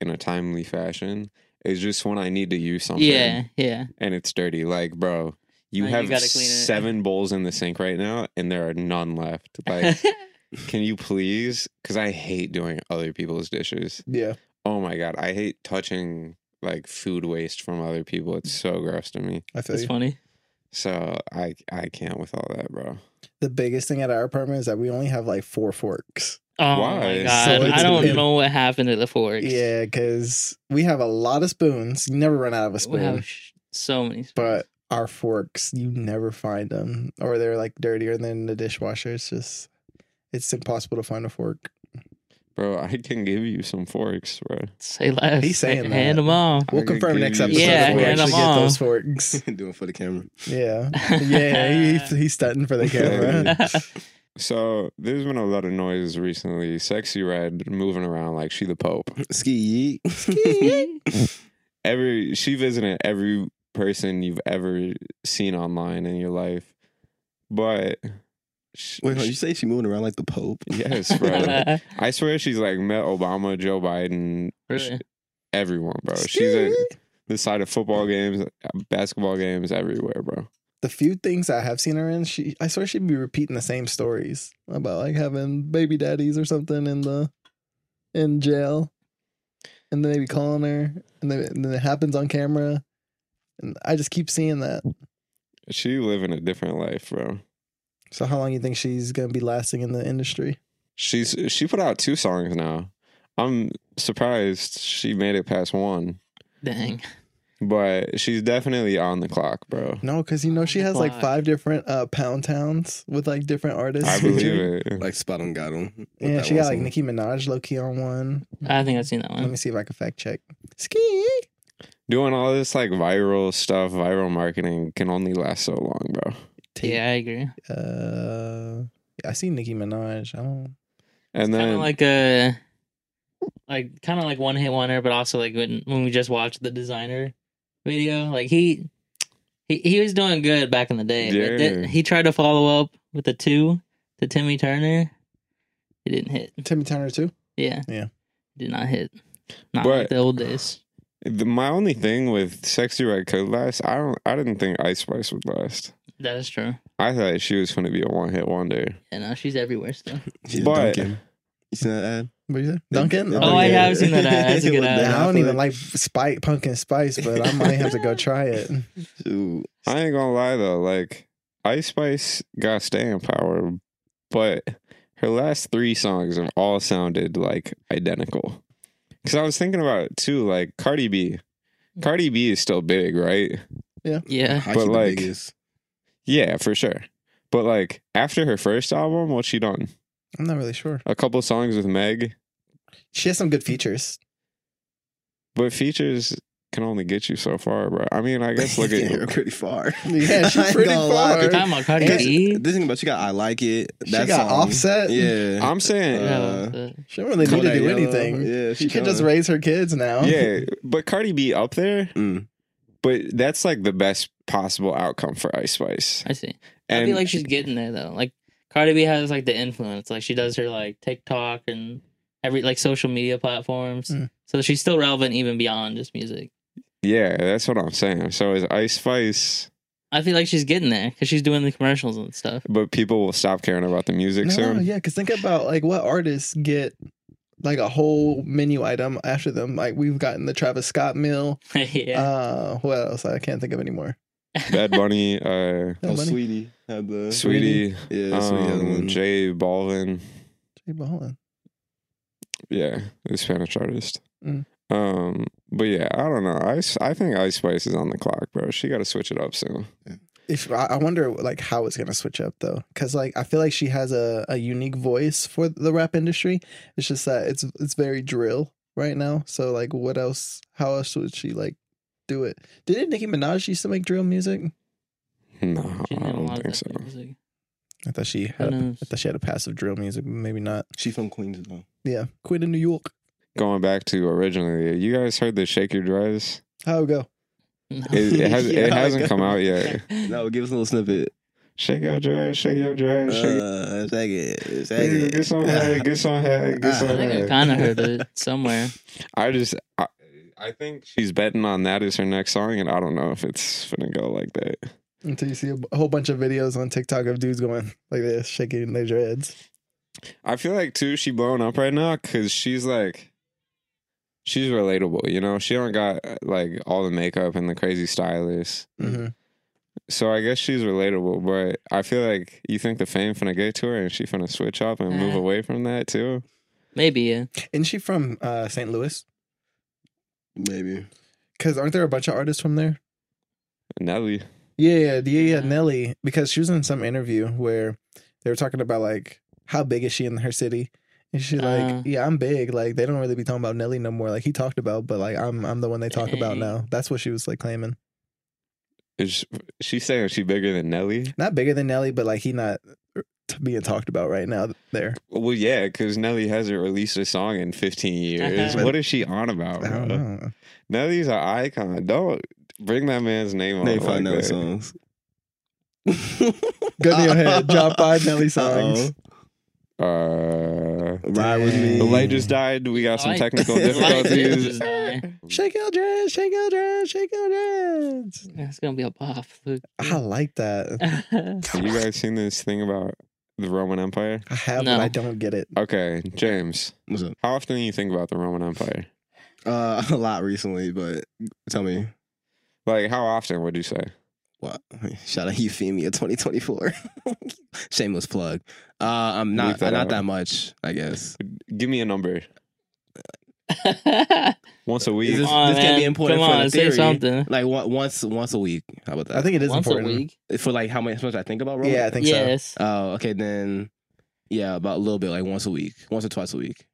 Speaker 4: in a timely fashion is just when I need to use something.
Speaker 1: Yeah, yeah.
Speaker 4: and it's dirty. Like, bro,
Speaker 1: Oh,
Speaker 4: you
Speaker 1: you
Speaker 4: have
Speaker 1: gotta clean it.
Speaker 4: seven bowls in the sink right now, and there are none left.
Speaker 1: [laughs]
Speaker 4: Like, can you please? Because I hate doing other people's dishes.
Speaker 5: Yeah.
Speaker 4: Oh my god, I hate touching like food waste from other people.
Speaker 3: Mm.
Speaker 4: It's so gross to me.
Speaker 5: I feel
Speaker 1: That's
Speaker 5: you.
Speaker 1: funny.
Speaker 4: So I I can't with all that, bro.
Speaker 5: The biggest thing at our apartment is that we only have like four forks.
Speaker 1: Oh
Speaker 4: Why?
Speaker 1: my god,
Speaker 5: So it's
Speaker 1: I
Speaker 5: been-
Speaker 1: don't know what happened to the forks.
Speaker 5: Yeah, because we have a lot of spoons. You never run out of a
Speaker 1: we
Speaker 5: spoon.
Speaker 1: have sh- so many. spoons.
Speaker 5: But our forks, you never find them, or they're like dirtier than the dishwasher. It's just, it's impossible to find a fork.
Speaker 4: Bro, [laughs] I can give you some forks, bro.
Speaker 1: say less.
Speaker 5: He's saying
Speaker 1: hand
Speaker 5: that.
Speaker 1: them off.
Speaker 5: We'll
Speaker 4: can
Speaker 5: confirm
Speaker 4: give
Speaker 5: next
Speaker 4: you-
Speaker 5: episode.
Speaker 1: Yeah,
Speaker 5: if we
Speaker 1: hand
Speaker 5: actually
Speaker 1: 'em
Speaker 5: get those
Speaker 1: off. [laughs]
Speaker 5: forks.
Speaker 3: Doing for the camera.
Speaker 5: Yeah, [laughs] yeah. He, he's stunting for
Speaker 1: [laughs]
Speaker 5: the camera.
Speaker 4: So there's been a lot of noise recently. Sexy Red moving around like she the Pope.
Speaker 3: Mm. Ski [laughs]
Speaker 4: every she visited every person you've ever seen online in your life, but sh-
Speaker 3: Wait,
Speaker 4: [laughs]
Speaker 3: hold, you
Speaker 4: sh-
Speaker 3: say she moving around like the Pope? [laughs]
Speaker 4: yes, bro. I swear she's like met Obama, Joe Biden,
Speaker 1: really?
Speaker 4: everyone, bro. Oh, She's at the side of football games, uh, basketball games, everywhere, bro.
Speaker 5: [laughs] the few things I have seen her in, she I swear she'd be repeating the same stories about like having baby daddies or something in the in jail, and then they be calling her, and then, and then it happens on camera, and I just keep seeing that.
Speaker 4: She living a different life, bro.
Speaker 5: So how long you think she's gonna be lasting in the industry?
Speaker 4: She's she put out two songs now. I'm surprised she made it past one,
Speaker 1: Dang.
Speaker 4: but she's definitely on the clock, bro.
Speaker 5: No, because you know she has like
Speaker 1: Fuck.
Speaker 5: five different uh, pound towns with like different artists. [laughs]
Speaker 4: I believe it.
Speaker 3: Like Spot on got him.
Speaker 5: Yeah, she got like Nicki Minaj low key on one.
Speaker 1: I think I've seen that
Speaker 5: Let
Speaker 1: one.
Speaker 5: me see if I can fact check. Ski.
Speaker 4: Doing all this like viral stuff, viral marketing can only last so long, bro.
Speaker 1: Yeah, I agree.
Speaker 5: Uh, I see Nicki Minaj. I don't.
Speaker 4: And
Speaker 1: Kind
Speaker 4: then
Speaker 1: of like a, like kind of like one hit wonder, but also like when when we just watched the designer video, like he he he was doing good back in the day. but
Speaker 4: Yeah.
Speaker 1: th- he tried to follow up with a two to Timmy Turner. It didn't hit.
Speaker 5: Timmy Turner too.
Speaker 1: Yeah.
Speaker 5: Yeah.
Speaker 1: Did not hit. Not
Speaker 4: But-
Speaker 1: like the old days.
Speaker 4: the, my only thing with "Sexy Red" could last. I don't. I didn't think Ice Spice would last.
Speaker 1: That is true.
Speaker 4: I thought she was going to be a one hit wonder.
Speaker 1: Yeah, no, she's everywhere still.
Speaker 4: but-
Speaker 3: Duncan. You seen that ad?
Speaker 5: What do you say, Duncan?
Speaker 1: Oh, I
Speaker 5: yeah.
Speaker 1: have seen that ad.
Speaker 3: [laughs]
Speaker 1: That's a good
Speaker 3: With
Speaker 1: ad.
Speaker 3: Ben
Speaker 5: I don't
Speaker 3: Affleck.
Speaker 5: even like Spike Pumpkin Spice, but I might have to go [laughs] try it.
Speaker 3: Shoot.
Speaker 4: I ain't gonna lie though, like Ice Spice got staying power, but her last three songs have all sounded like identical. Because I was thinking about it too, like Cardi B. Cardi B is still big, right?
Speaker 1: Yeah.
Speaker 3: How's
Speaker 4: But,
Speaker 3: she the
Speaker 4: like-
Speaker 3: biggest?
Speaker 4: Yeah, for sure. But like after her first album, what's she done?
Speaker 5: I'm not really sure.
Speaker 4: A couple songs with Meg,
Speaker 5: She has some good features.
Speaker 4: but features can only get you so far, bro. I mean, I guess
Speaker 3: [laughs]
Speaker 4: look
Speaker 3: Yeah,
Speaker 4: at
Speaker 3: pretty far.
Speaker 5: Yeah, [laughs] she's
Speaker 3: I ain't
Speaker 5: pretty
Speaker 3: gonna lie.
Speaker 5: far.
Speaker 1: You're talking about Cardi
Speaker 5: Yeah.
Speaker 1: B?
Speaker 3: This thing about she got I like it.
Speaker 5: She
Speaker 3: That
Speaker 5: got
Speaker 3: song.
Speaker 5: offset.
Speaker 3: Yeah.
Speaker 4: I'm saying
Speaker 1: Yeah,
Speaker 3: Uh,
Speaker 1: the-
Speaker 5: She don't really need
Speaker 3: Kodak
Speaker 5: to do
Speaker 3: Yellow.
Speaker 5: anything.
Speaker 3: Yeah,
Speaker 5: She can
Speaker 3: done.
Speaker 5: just raise her kids now. [laughs]
Speaker 4: Yeah, but Cardi B up there,
Speaker 3: Mm.
Speaker 4: but that's like the best possible outcome for Ice Spice.
Speaker 1: I see.
Speaker 4: And
Speaker 1: I feel like she's getting there though. Like Cardi B has like the influence. Like she does her like TikTok and every like social media platforms.
Speaker 5: Mm.
Speaker 1: So she's still relevant even beyond just music.
Speaker 4: Yeah, that's what I'm saying. So is Ice Spice,
Speaker 1: I feel like she's getting there because she's doing the commercials and stuff. [laughs]
Speaker 4: but people will stop caring about the music
Speaker 5: No,
Speaker 4: soon.
Speaker 5: yeah, because think about like what artists get like a whole menu item after them. Like we've gotten the Travis Scott meal.
Speaker 1: [laughs] yeah.
Speaker 5: Uh, what else? I can't think of anymore.
Speaker 4: Bad Bunny,
Speaker 5: [laughs]
Speaker 4: uh,
Speaker 5: No,
Speaker 3: Oh,
Speaker 5: Bunny.
Speaker 3: sweetie. Had the
Speaker 4: Sweetie,
Speaker 3: Yeah, sweetie. had
Speaker 4: um,
Speaker 3: one.
Speaker 4: Jay Balvin.
Speaker 5: Jay Ballin.
Speaker 4: Yeah, the Spanish artist.
Speaker 5: Mm.
Speaker 4: Um, but yeah, I don't know. Ice, I think Ice Spice is on the clock, bro. She got to switch it up soon.
Speaker 5: If I I wonder like how it's gonna switch up though, because like I feel like she has a, a unique voice for the rap industry. It's just that it's it's very drill right now. So like, what else? How else would she like do it? Didn't Nicki Minaj used to make drill music?
Speaker 4: No,
Speaker 1: She didn't
Speaker 4: I
Speaker 1: have a
Speaker 4: don't
Speaker 1: lot of
Speaker 4: think
Speaker 1: that
Speaker 4: so.
Speaker 1: kind of music.
Speaker 5: I thought she
Speaker 1: Who
Speaker 5: had a,
Speaker 1: knows?
Speaker 5: I thought she had a passive drill music, but maybe not.
Speaker 3: She from Queens though.
Speaker 5: Yeah, Queen of New York.
Speaker 4: Going back to originally, you guys heard the Shake Your Dress?
Speaker 5: How it go?
Speaker 1: [laughs] No.
Speaker 4: It, it has,
Speaker 3: Yeah,
Speaker 4: it
Speaker 3: I
Speaker 4: hasn't
Speaker 3: got-
Speaker 4: come
Speaker 1: [laughs]
Speaker 4: out [laughs] yet.
Speaker 3: No, give us a little snippet.
Speaker 4: Shake your dress, shake your dress, shake. your-
Speaker 3: Uh, shake it, shake
Speaker 4: Yeah, Get
Speaker 3: it.
Speaker 4: some head,
Speaker 3: [laughs]
Speaker 4: get some head, get some
Speaker 1: I think I
Speaker 4: head.
Speaker 1: kind of heard it somewhere.
Speaker 4: I just, I, I think she's betting on that as her next song, and I don't know if it's gonna go like that.
Speaker 5: Until you see a b- a whole bunch of videos on TikTok of dudes going like this, shaking their dreads.
Speaker 4: I feel like too she blowing up right now because she's like, she's relatable. You know, she don't got like all the makeup and the crazy stylist,
Speaker 5: Mm-hmm.
Speaker 4: so I guess she's relatable. But I feel like you think the fame finna get to her, and she finna switch up and move
Speaker 1: Uh.
Speaker 4: away from that too.
Speaker 1: Maybe yeah.
Speaker 5: Isn't she from uh, St. Louis?
Speaker 3: Maybe.
Speaker 5: Because aren't there a bunch of artists from there?
Speaker 4: Nelly,
Speaker 5: Yeah, yeah, yeah, yeah,
Speaker 1: Yeah.
Speaker 5: Nelly. Because she was in some interview where they were talking about like how big is she in her city, and she's like,
Speaker 1: Uh.
Speaker 5: "Yeah, I'm big." Like they don't really be talking about Nelly no more. Like he talked about, but like I'm I'm the one they talk about
Speaker 1: Dang.
Speaker 5: now. That's what she was like claiming.
Speaker 4: is she saying she bigger than Nelly?
Speaker 5: Not bigger than Nelly, but like he not uh, t- being talked about right now. There,
Speaker 4: Well, yeah, because Nelly hasn't released a song in 15 years. what is she on about?
Speaker 5: I don't
Speaker 4: bro?
Speaker 5: know.
Speaker 4: Nelly's an icon. Don't bring that man's name on.
Speaker 3: They
Speaker 4: like
Speaker 3: find out
Speaker 4: that.
Speaker 3: songs.
Speaker 5: Go to
Speaker 3: [laughs]
Speaker 5: your head. Drop five Nelly songs.
Speaker 4: Uh,
Speaker 3: Ride with me.
Speaker 4: the
Speaker 5: Dang.
Speaker 4: light just died. We got some
Speaker 1: Light- [laughs]
Speaker 4: technical
Speaker 3: light
Speaker 4: difficulties.
Speaker 1: just died.
Speaker 5: Shake your dress, shake your dress, shake your dress.
Speaker 1: That's gonna be a pop. Luke. [laughs]
Speaker 5: I like
Speaker 1: Uh,
Speaker 5: that.
Speaker 4: Have you guys seen this thing about the Roman Empire?
Speaker 5: I have,
Speaker 1: No.
Speaker 5: but I don't get it.
Speaker 4: Okay, James,
Speaker 3: What's up?
Speaker 4: how often do you think about the Roman Empire?
Speaker 3: [laughs] Uh, a lot recently, but tell me.
Speaker 4: Like, how often would you say?
Speaker 3: Wow. Shout out Euphemia 2024. [laughs] Shameless plug. Uh, I'm not
Speaker 4: Leave that
Speaker 3: not
Speaker 4: out.
Speaker 3: that much, I guess.
Speaker 4: Give me a number. Once a
Speaker 3: Is [laughs]
Speaker 4: week.
Speaker 3: this-
Speaker 1: Aw,
Speaker 3: this can be
Speaker 1: man.
Speaker 3: important
Speaker 1: Come
Speaker 3: for the
Speaker 1: on, say
Speaker 3: theory.
Speaker 1: something.
Speaker 3: Like one, once once a week. How about that?
Speaker 5: I think it is
Speaker 1: Once
Speaker 5: important.
Speaker 1: a week.
Speaker 3: for like how much, much I think about. Roman?
Speaker 5: Yeah, I think so.
Speaker 1: Yes.
Speaker 3: Oh, okay then. Yeah, about a little bit, like once a week, once or twice a week.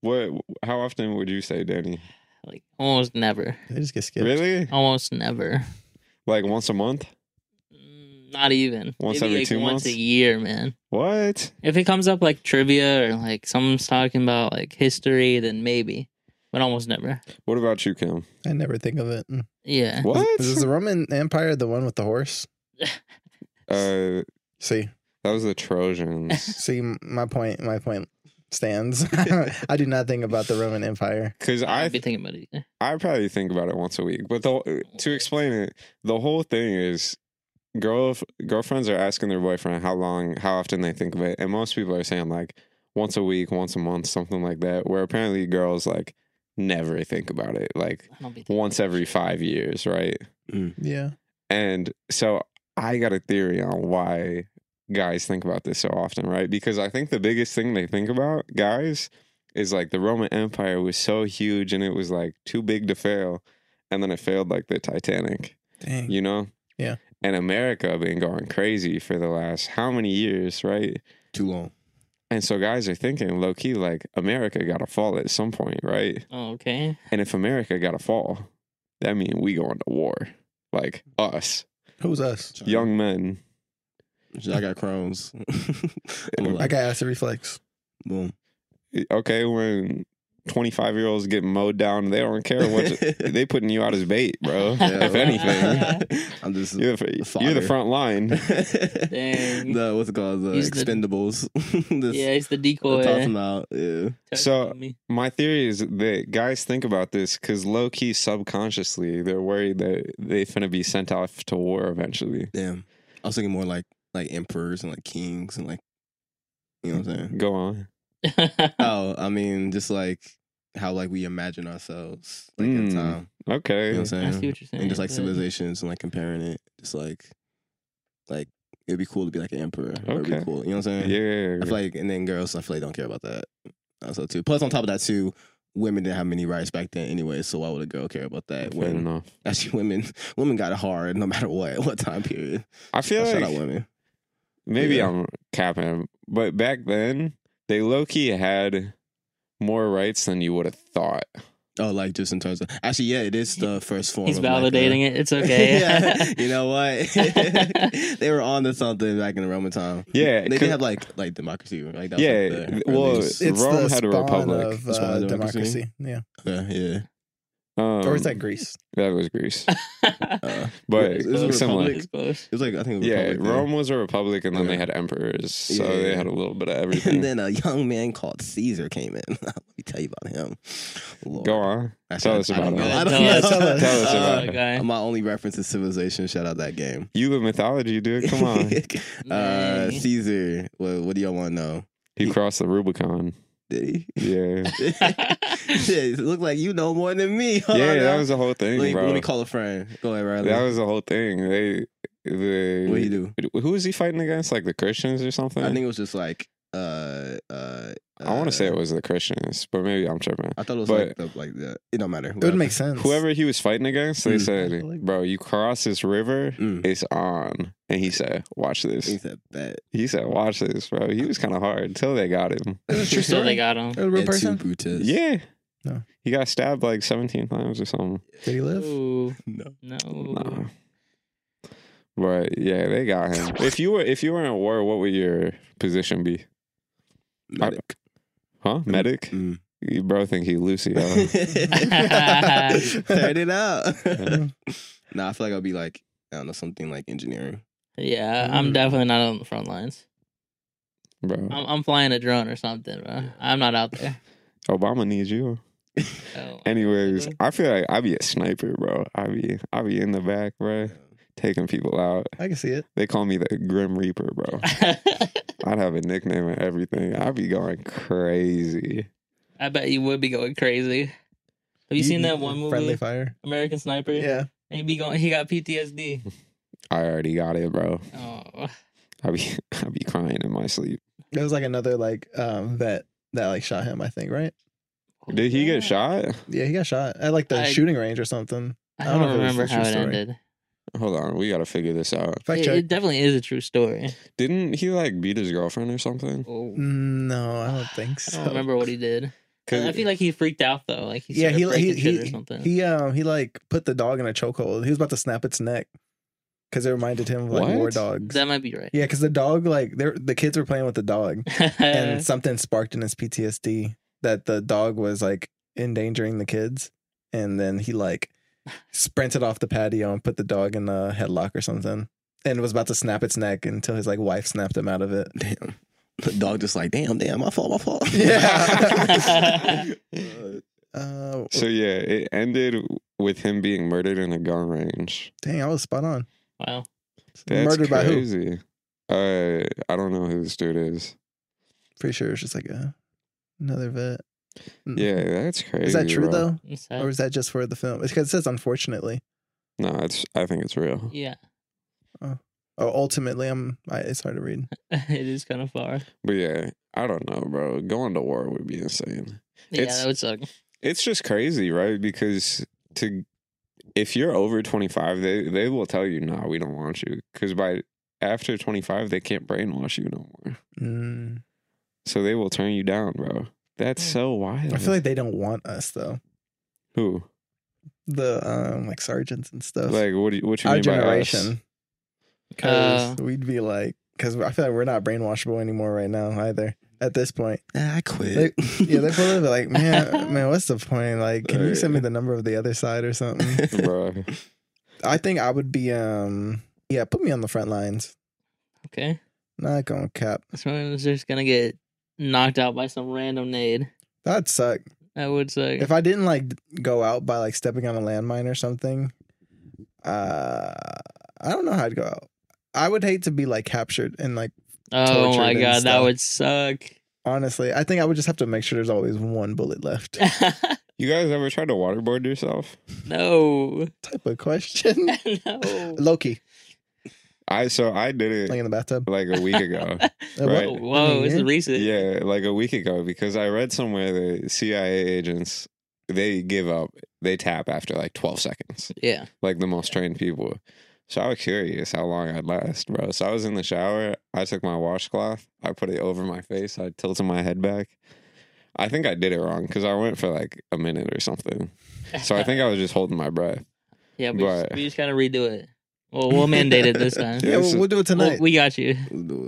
Speaker 4: What? How often would you say, Danny?
Speaker 1: Like almost never.
Speaker 5: They just get skipped.
Speaker 4: Really?
Speaker 1: Almost never.
Speaker 4: Like once a month?
Speaker 1: Mm, Not even.
Speaker 4: Once
Speaker 1: Maybe
Speaker 4: every
Speaker 1: like
Speaker 4: two
Speaker 1: once
Speaker 4: months?
Speaker 1: a year, man.
Speaker 4: What?
Speaker 1: If it comes up like trivia or like someone's talking about like history, then maybe. But almost never.
Speaker 4: What about you, Kim?
Speaker 5: I never think of it. Mm.
Speaker 1: Yeah.
Speaker 4: What?
Speaker 5: Is the Roman Empire the one with the horse?
Speaker 4: Uh,
Speaker 5: See,
Speaker 4: that was the Trojans.
Speaker 5: [laughs] see, m- my point, my point stands. [laughs] I do not think about the Roman Empire.
Speaker 4: Because
Speaker 1: I'd
Speaker 4: I
Speaker 1: be thinking about it. either.
Speaker 4: I probably think about it once a week. But the, to explain it, the whole thing is girl girlfriends are asking their boyfriend how long, how often they think of it, and most people are saying like once a week, once a month, something like that. Where apparently girls like never think about it, like
Speaker 1: I don't be thinking
Speaker 4: once
Speaker 1: about
Speaker 4: every
Speaker 1: shit.
Speaker 4: five years, right?
Speaker 5: Yeah,
Speaker 4: And so I got a theory on why guys think about this so often, right? Because I think the biggest thing they think about, guys, is like the Roman Empire was so huge and it was like too big to fail. And then it failed like the Titanic,
Speaker 5: dang.
Speaker 4: you know?
Speaker 5: Mm. Yeah.
Speaker 4: And America been going crazy for the last how many years, right?
Speaker 3: Too long.
Speaker 4: And so guys are thinking low key, like America got to fall at some point, right?
Speaker 1: Oh, okay.
Speaker 4: And if America got to fall, that means we going to war, like us,
Speaker 5: Who's us?
Speaker 4: young men.
Speaker 3: I got Crohn's. [laughs] I'm
Speaker 5: I
Speaker 3: like,
Speaker 5: got acid reflex.
Speaker 3: boom.
Speaker 4: okay, when 25 year olds get mowed down, they don't
Speaker 1: [laughs]
Speaker 3: [laughs]
Speaker 4: care what they putting you out as bait, bro.
Speaker 1: Yeah.
Speaker 4: if anything,
Speaker 3: [laughs]
Speaker 1: [laughs]
Speaker 3: I'm just
Speaker 4: you're the, you're the
Speaker 3: Fodder. [laughs]
Speaker 4: front line.
Speaker 1: Dang.
Speaker 3: the what's it called the
Speaker 1: He's the-
Speaker 3: expendables. [laughs] This-
Speaker 1: Yeah, it's the
Speaker 3: I'm
Speaker 1: decoy.
Speaker 3: talking about yeah.
Speaker 1: Touching
Speaker 4: So- [laughs]
Speaker 1: me.
Speaker 4: My theory is that guys think about this because low key subconsciously they're worried that they finna be sent off to war eventually.
Speaker 3: Damn. I was thinking more like like emperors and like kings and like you know what I'm saying?
Speaker 4: Go on.
Speaker 1: [laughs]
Speaker 3: Oh, I mean just like how like we imagine ourselves like in
Speaker 4: Mm.
Speaker 3: time. You know
Speaker 4: Okay.
Speaker 3: what I'm
Speaker 1: I
Speaker 3: saying?
Speaker 1: see what you're saying.
Speaker 3: and just like
Speaker 1: but-
Speaker 3: civilizations and like comparing it. Just like like it'd be cool to be like an emperor. It'd be
Speaker 4: Okay.
Speaker 3: cool. You know what I'm saying?
Speaker 4: Yeah.
Speaker 3: I feel like and then girls I feel like don't care about that. Also too. Plus on top of that too, women didn't have many rights back then anyway, so why would a girl care about that?
Speaker 4: Fair
Speaker 3: When
Speaker 4: enough.
Speaker 3: actually women [laughs] women got it hard no matter what, [laughs] what time period.
Speaker 4: I feel
Speaker 3: Shout out
Speaker 4: like
Speaker 3: women.
Speaker 4: Maybe
Speaker 3: Yeah.
Speaker 4: I'm capping, but back then they low key had more rights than you would have thought.
Speaker 3: Oh, like just in terms of actually, yeah, it is the first form.
Speaker 1: He's
Speaker 3: of like,
Speaker 1: validating
Speaker 3: [laughs] uh,
Speaker 1: it.
Speaker 4: [laughs]
Speaker 1: It's okay. [laughs]
Speaker 3: yeah, you know what? [laughs] they were on to something back in the Roman time.
Speaker 4: Yeah,
Speaker 3: they
Speaker 4: could-
Speaker 3: did have like like democracy, right? That was,
Speaker 4: Yeah,
Speaker 3: like, the
Speaker 4: well,
Speaker 3: religious-
Speaker 5: It's
Speaker 4: Rome
Speaker 5: the
Speaker 4: had a
Speaker 5: spawn
Speaker 4: republic.
Speaker 5: of
Speaker 3: That's why
Speaker 5: uh,
Speaker 3: the democracy.
Speaker 5: democracy. Yeah,
Speaker 3: yeah, yeah.
Speaker 4: Um,
Speaker 5: or is that Greece?
Speaker 4: That was [laughs] Greece.
Speaker 3: Uh,
Speaker 4: But
Speaker 3: It was
Speaker 4: it
Speaker 3: a
Speaker 4: was similar.
Speaker 3: republic.
Speaker 1: It's close.
Speaker 3: it was like I think it was
Speaker 4: Yeah,
Speaker 3: Republic then.
Speaker 4: Rome was a republic, and then they
Speaker 3: Yeah.
Speaker 4: had emperors, so
Speaker 3: Yeah,
Speaker 4: they
Speaker 3: yeah.
Speaker 4: had a little bit of
Speaker 3: [laughs] And
Speaker 4: everything.
Speaker 3: then a young man called Caesar came in. [laughs] Let me tell you about him. Lord.
Speaker 4: Go on,
Speaker 3: Actually,
Speaker 4: tell us
Speaker 3: I don't
Speaker 4: about
Speaker 3: know.
Speaker 4: it.
Speaker 3: I
Speaker 4: [laughs]
Speaker 1: Tell us.
Speaker 3: don't
Speaker 1: Oh,
Speaker 3: know.
Speaker 5: Tell us.
Speaker 4: Tell us
Speaker 3: Uh,
Speaker 4: about it.
Speaker 1: Okay.
Speaker 3: My only reference is Civilization. Shout out that game.
Speaker 4: You the mythology, dude. Come on,
Speaker 3: [laughs] uh,
Speaker 1: Dang.
Speaker 3: Caesar. What, what do y'all want to know?
Speaker 4: he crossed the Rubicon.
Speaker 3: Did he? [laughs]
Speaker 4: Yeah, [laughs]
Speaker 3: Shit, it look like you know more than me. [laughs] Hold
Speaker 4: yeah,
Speaker 3: on
Speaker 4: that
Speaker 3: now.
Speaker 4: was the whole thing,
Speaker 3: Let me,
Speaker 4: bro.
Speaker 3: let me call a friend. Go ahead, Riley.
Speaker 4: that was the whole thing. They, the
Speaker 3: what do you do?
Speaker 4: Who was he fighting against? Like the Christians or something?
Speaker 3: I think it was just like uh uh.
Speaker 4: I want
Speaker 3: uh,
Speaker 4: to say it was the Christians, but maybe I'm tripping.
Speaker 3: I thought it was
Speaker 4: but-
Speaker 3: like the, like the, It don't matter.
Speaker 5: It would make sense.
Speaker 4: Whoever he was fighting against, they
Speaker 3: Mm.
Speaker 4: said, "Bro, you cross this river,
Speaker 3: Mm.
Speaker 4: it's on." And he said, "Watch
Speaker 3: He
Speaker 4: this."
Speaker 3: said that.
Speaker 4: He said, "Watch this, bro." He was kind of hard until they got him.
Speaker 5: Is it a
Speaker 3: [laughs]
Speaker 5: true
Speaker 1: So
Speaker 5: story?
Speaker 1: they got him.
Speaker 5: a
Speaker 3: And
Speaker 5: real
Speaker 3: two
Speaker 5: person?
Speaker 3: Brutus.
Speaker 4: Yeah.
Speaker 5: No.
Speaker 4: He got stabbed like 17 times or something.
Speaker 5: Did he live?
Speaker 1: Ooh,
Speaker 3: No.
Speaker 1: no.
Speaker 4: Nah. But yeah, they got him. If you were if you were in war, what would your position be?
Speaker 3: Medic.
Speaker 4: Huh? Medic?
Speaker 3: Mm.
Speaker 4: You bro think
Speaker 3: [laughs]
Speaker 4: he [laughs] Lucio.
Speaker 3: Turn it out.
Speaker 4: Yeah.
Speaker 3: [laughs] nah, I feel like I'll be like I don't know something like engineering.
Speaker 1: Yeah, I'm
Speaker 5: Mm.
Speaker 1: definitely not on the front lines.
Speaker 4: bro.
Speaker 1: I'm, I'm flying a drone or something, bro. I'm not out
Speaker 5: [laughs]
Speaker 1: there.
Speaker 4: Obama needs you.
Speaker 1: So.
Speaker 4: Anyways,
Speaker 3: Mm-hmm.
Speaker 1: Mhm.
Speaker 4: I feel like I'd be a sniper, bro. I'd be I'd be in the back, bro, taking people out.
Speaker 5: I can see it.
Speaker 4: They call me the Grim Reaper,
Speaker 3: [laughs]
Speaker 4: bro. I'd have a nickname and everything. I'd be going crazy.
Speaker 1: [laughs] I bet you would be going crazy. Have you, seen that one movie,
Speaker 5: Friendly Fire?
Speaker 1: American Sniper?
Speaker 5: Yeah. [laughs]
Speaker 1: He be going. He got PTSD.
Speaker 4: I already got it, bro.
Speaker 1: Oh,
Speaker 4: I'll be [laughs] I'll be crying in my sleep.
Speaker 5: There was like another like um vet that like shot him, I think, right?
Speaker 1: Oh,
Speaker 4: Did he get shot?
Speaker 5: Yeah, he got shot at like the
Speaker 1: I-
Speaker 5: shooting range or something.
Speaker 1: I
Speaker 5: I
Speaker 1: don't,
Speaker 5: don't know if it was
Speaker 1: remember
Speaker 5: a
Speaker 1: how
Speaker 5: true
Speaker 1: it
Speaker 5: story.
Speaker 1: ended.
Speaker 4: Hold on, we gotta figure this out.
Speaker 5: Fact
Speaker 1: It,
Speaker 5: check.
Speaker 1: it definitely is a true
Speaker 5: [laughs]
Speaker 1: story.
Speaker 4: Didn't he like beat his girlfriend or something?
Speaker 1: Oh,
Speaker 5: No, I don't think
Speaker 1: I
Speaker 5: so.
Speaker 1: don't remember what he did. I I
Speaker 5: [laughs]
Speaker 1: feel like he freaked out though. Like he
Speaker 5: yeah, he he
Speaker 1: shit or
Speaker 5: he,
Speaker 1: something.
Speaker 5: he um he like put the dog in a chokehold. He was about to snap its neck because it reminded him of like war
Speaker 4: What?
Speaker 5: dogs.
Speaker 1: that might be right.
Speaker 5: yeah, because the dog like they the kids were playing with the dog,
Speaker 1: Uh.
Speaker 5: and something sparked in his PTSD that the dog was like endangering the kids, and then he like sprinted off the patio and put the dog in a headlock or something, and was about to snap its neck until his like wife snapped him out of it.
Speaker 3: Damn. The dog just like, damn, damn, my fault, my fault.
Speaker 5: [laughs]
Speaker 3: [laughs]
Speaker 5: Yeah.
Speaker 3: Uh,
Speaker 5: Uh,
Speaker 4: so yeah, it ended with him being murdered in a gun range.
Speaker 5: dang, I was spot on.
Speaker 1: [laughs] wow.
Speaker 4: That's
Speaker 5: Murdered by who?
Speaker 4: crazy. Uh, I don't know who this dude is.
Speaker 5: Pretty sure it's just like a, another vet. Mm.
Speaker 4: Yeah, that's crazy.
Speaker 5: Is that true
Speaker 4: bro.
Speaker 5: though,
Speaker 1: It's
Speaker 5: or
Speaker 1: sad.
Speaker 5: is that just for the film? It's because it says unfortunately
Speaker 4: No, it's. I think it's real.
Speaker 1: Yeah, [laughs]
Speaker 5: or Oh, ultimately. I'm. I, it's hard to read.
Speaker 1: it is kind of far.
Speaker 4: But yeah, I don't know, bro. Going to war would be insane.
Speaker 1: Yeah,
Speaker 4: It's-
Speaker 1: that would suck.
Speaker 4: It's just crazy, right? Because to if you're over 25, they they will tell you, "Nah, we don't want you." Cuz by after 25, they can't brainwash you no more.
Speaker 5: Mm.
Speaker 4: So they will turn you down, bro. That's
Speaker 1: Hmm.
Speaker 4: so wild.
Speaker 5: I feel like they don't want us though.
Speaker 4: who?
Speaker 5: The um like sergeants and stuff.
Speaker 4: Like what do you, what you
Speaker 5: our
Speaker 4: mean by us?
Speaker 5: generation. Because
Speaker 1: Uh.
Speaker 5: we'd be like, because I feel like we're not brainwashable anymore right now either. At this point,
Speaker 3: I quit.
Speaker 5: yeah, they're [laughs] probably like, man, man, what's the point? Like, can you send me
Speaker 4: Right.
Speaker 5: the number of the other side
Speaker 4: [laughs]
Speaker 5: or something?
Speaker 4: [laughs] bro.
Speaker 5: I think I would be, um, yeah, put me on the front lines.
Speaker 1: Okay,
Speaker 5: Not gonna cap.
Speaker 1: someone's just gonna get knocked out by some random nade.
Speaker 5: That'd suck.
Speaker 1: That would suck.
Speaker 5: If I didn't like go out by like stepping on a landmine or something, uh, I don't know how I'd go out. I would hate to be like captured and like
Speaker 1: oh
Speaker 5: tortured
Speaker 1: my
Speaker 5: and
Speaker 1: god, that
Speaker 5: stuff.
Speaker 1: would suck. [laughs]
Speaker 5: honestly, I think I would just have to make sure there's always one
Speaker 1: [laughs]
Speaker 5: bullet left.
Speaker 4: You guys ever tried to waterboard yourself?
Speaker 1: no, [laughs]
Speaker 5: type of question.
Speaker 1: no.
Speaker 5: Loki,
Speaker 4: I so I did it
Speaker 5: like in the
Speaker 4: [laughs]
Speaker 5: bathtub.
Speaker 4: like a week ago.
Speaker 5: Uh,
Speaker 4: Right.
Speaker 1: Whoa,
Speaker 5: what-
Speaker 1: whoa,
Speaker 5: I mean,
Speaker 1: this is
Speaker 5: yeah.
Speaker 1: recent.
Speaker 4: Yeah, like a week ago because I read somewhere that CIA agents they give up, they tap after like 12 seconds,
Speaker 1: yeah.
Speaker 4: like the most trained people. So I was curious how long I'd last, bro. So I was in the shower, I took my washcloth, I put it over my face, I tilted my head back. I think I did it wrong because I went for like a minute or something. So I think I was just holding my breath.
Speaker 1: yeah, we just,
Speaker 4: but-
Speaker 1: we just gotta redo it. Well, we'll mandate it this time.
Speaker 5: [laughs] Yeah, we'll, we'll do it
Speaker 1: We'll-
Speaker 5: tonight.
Speaker 1: we got you.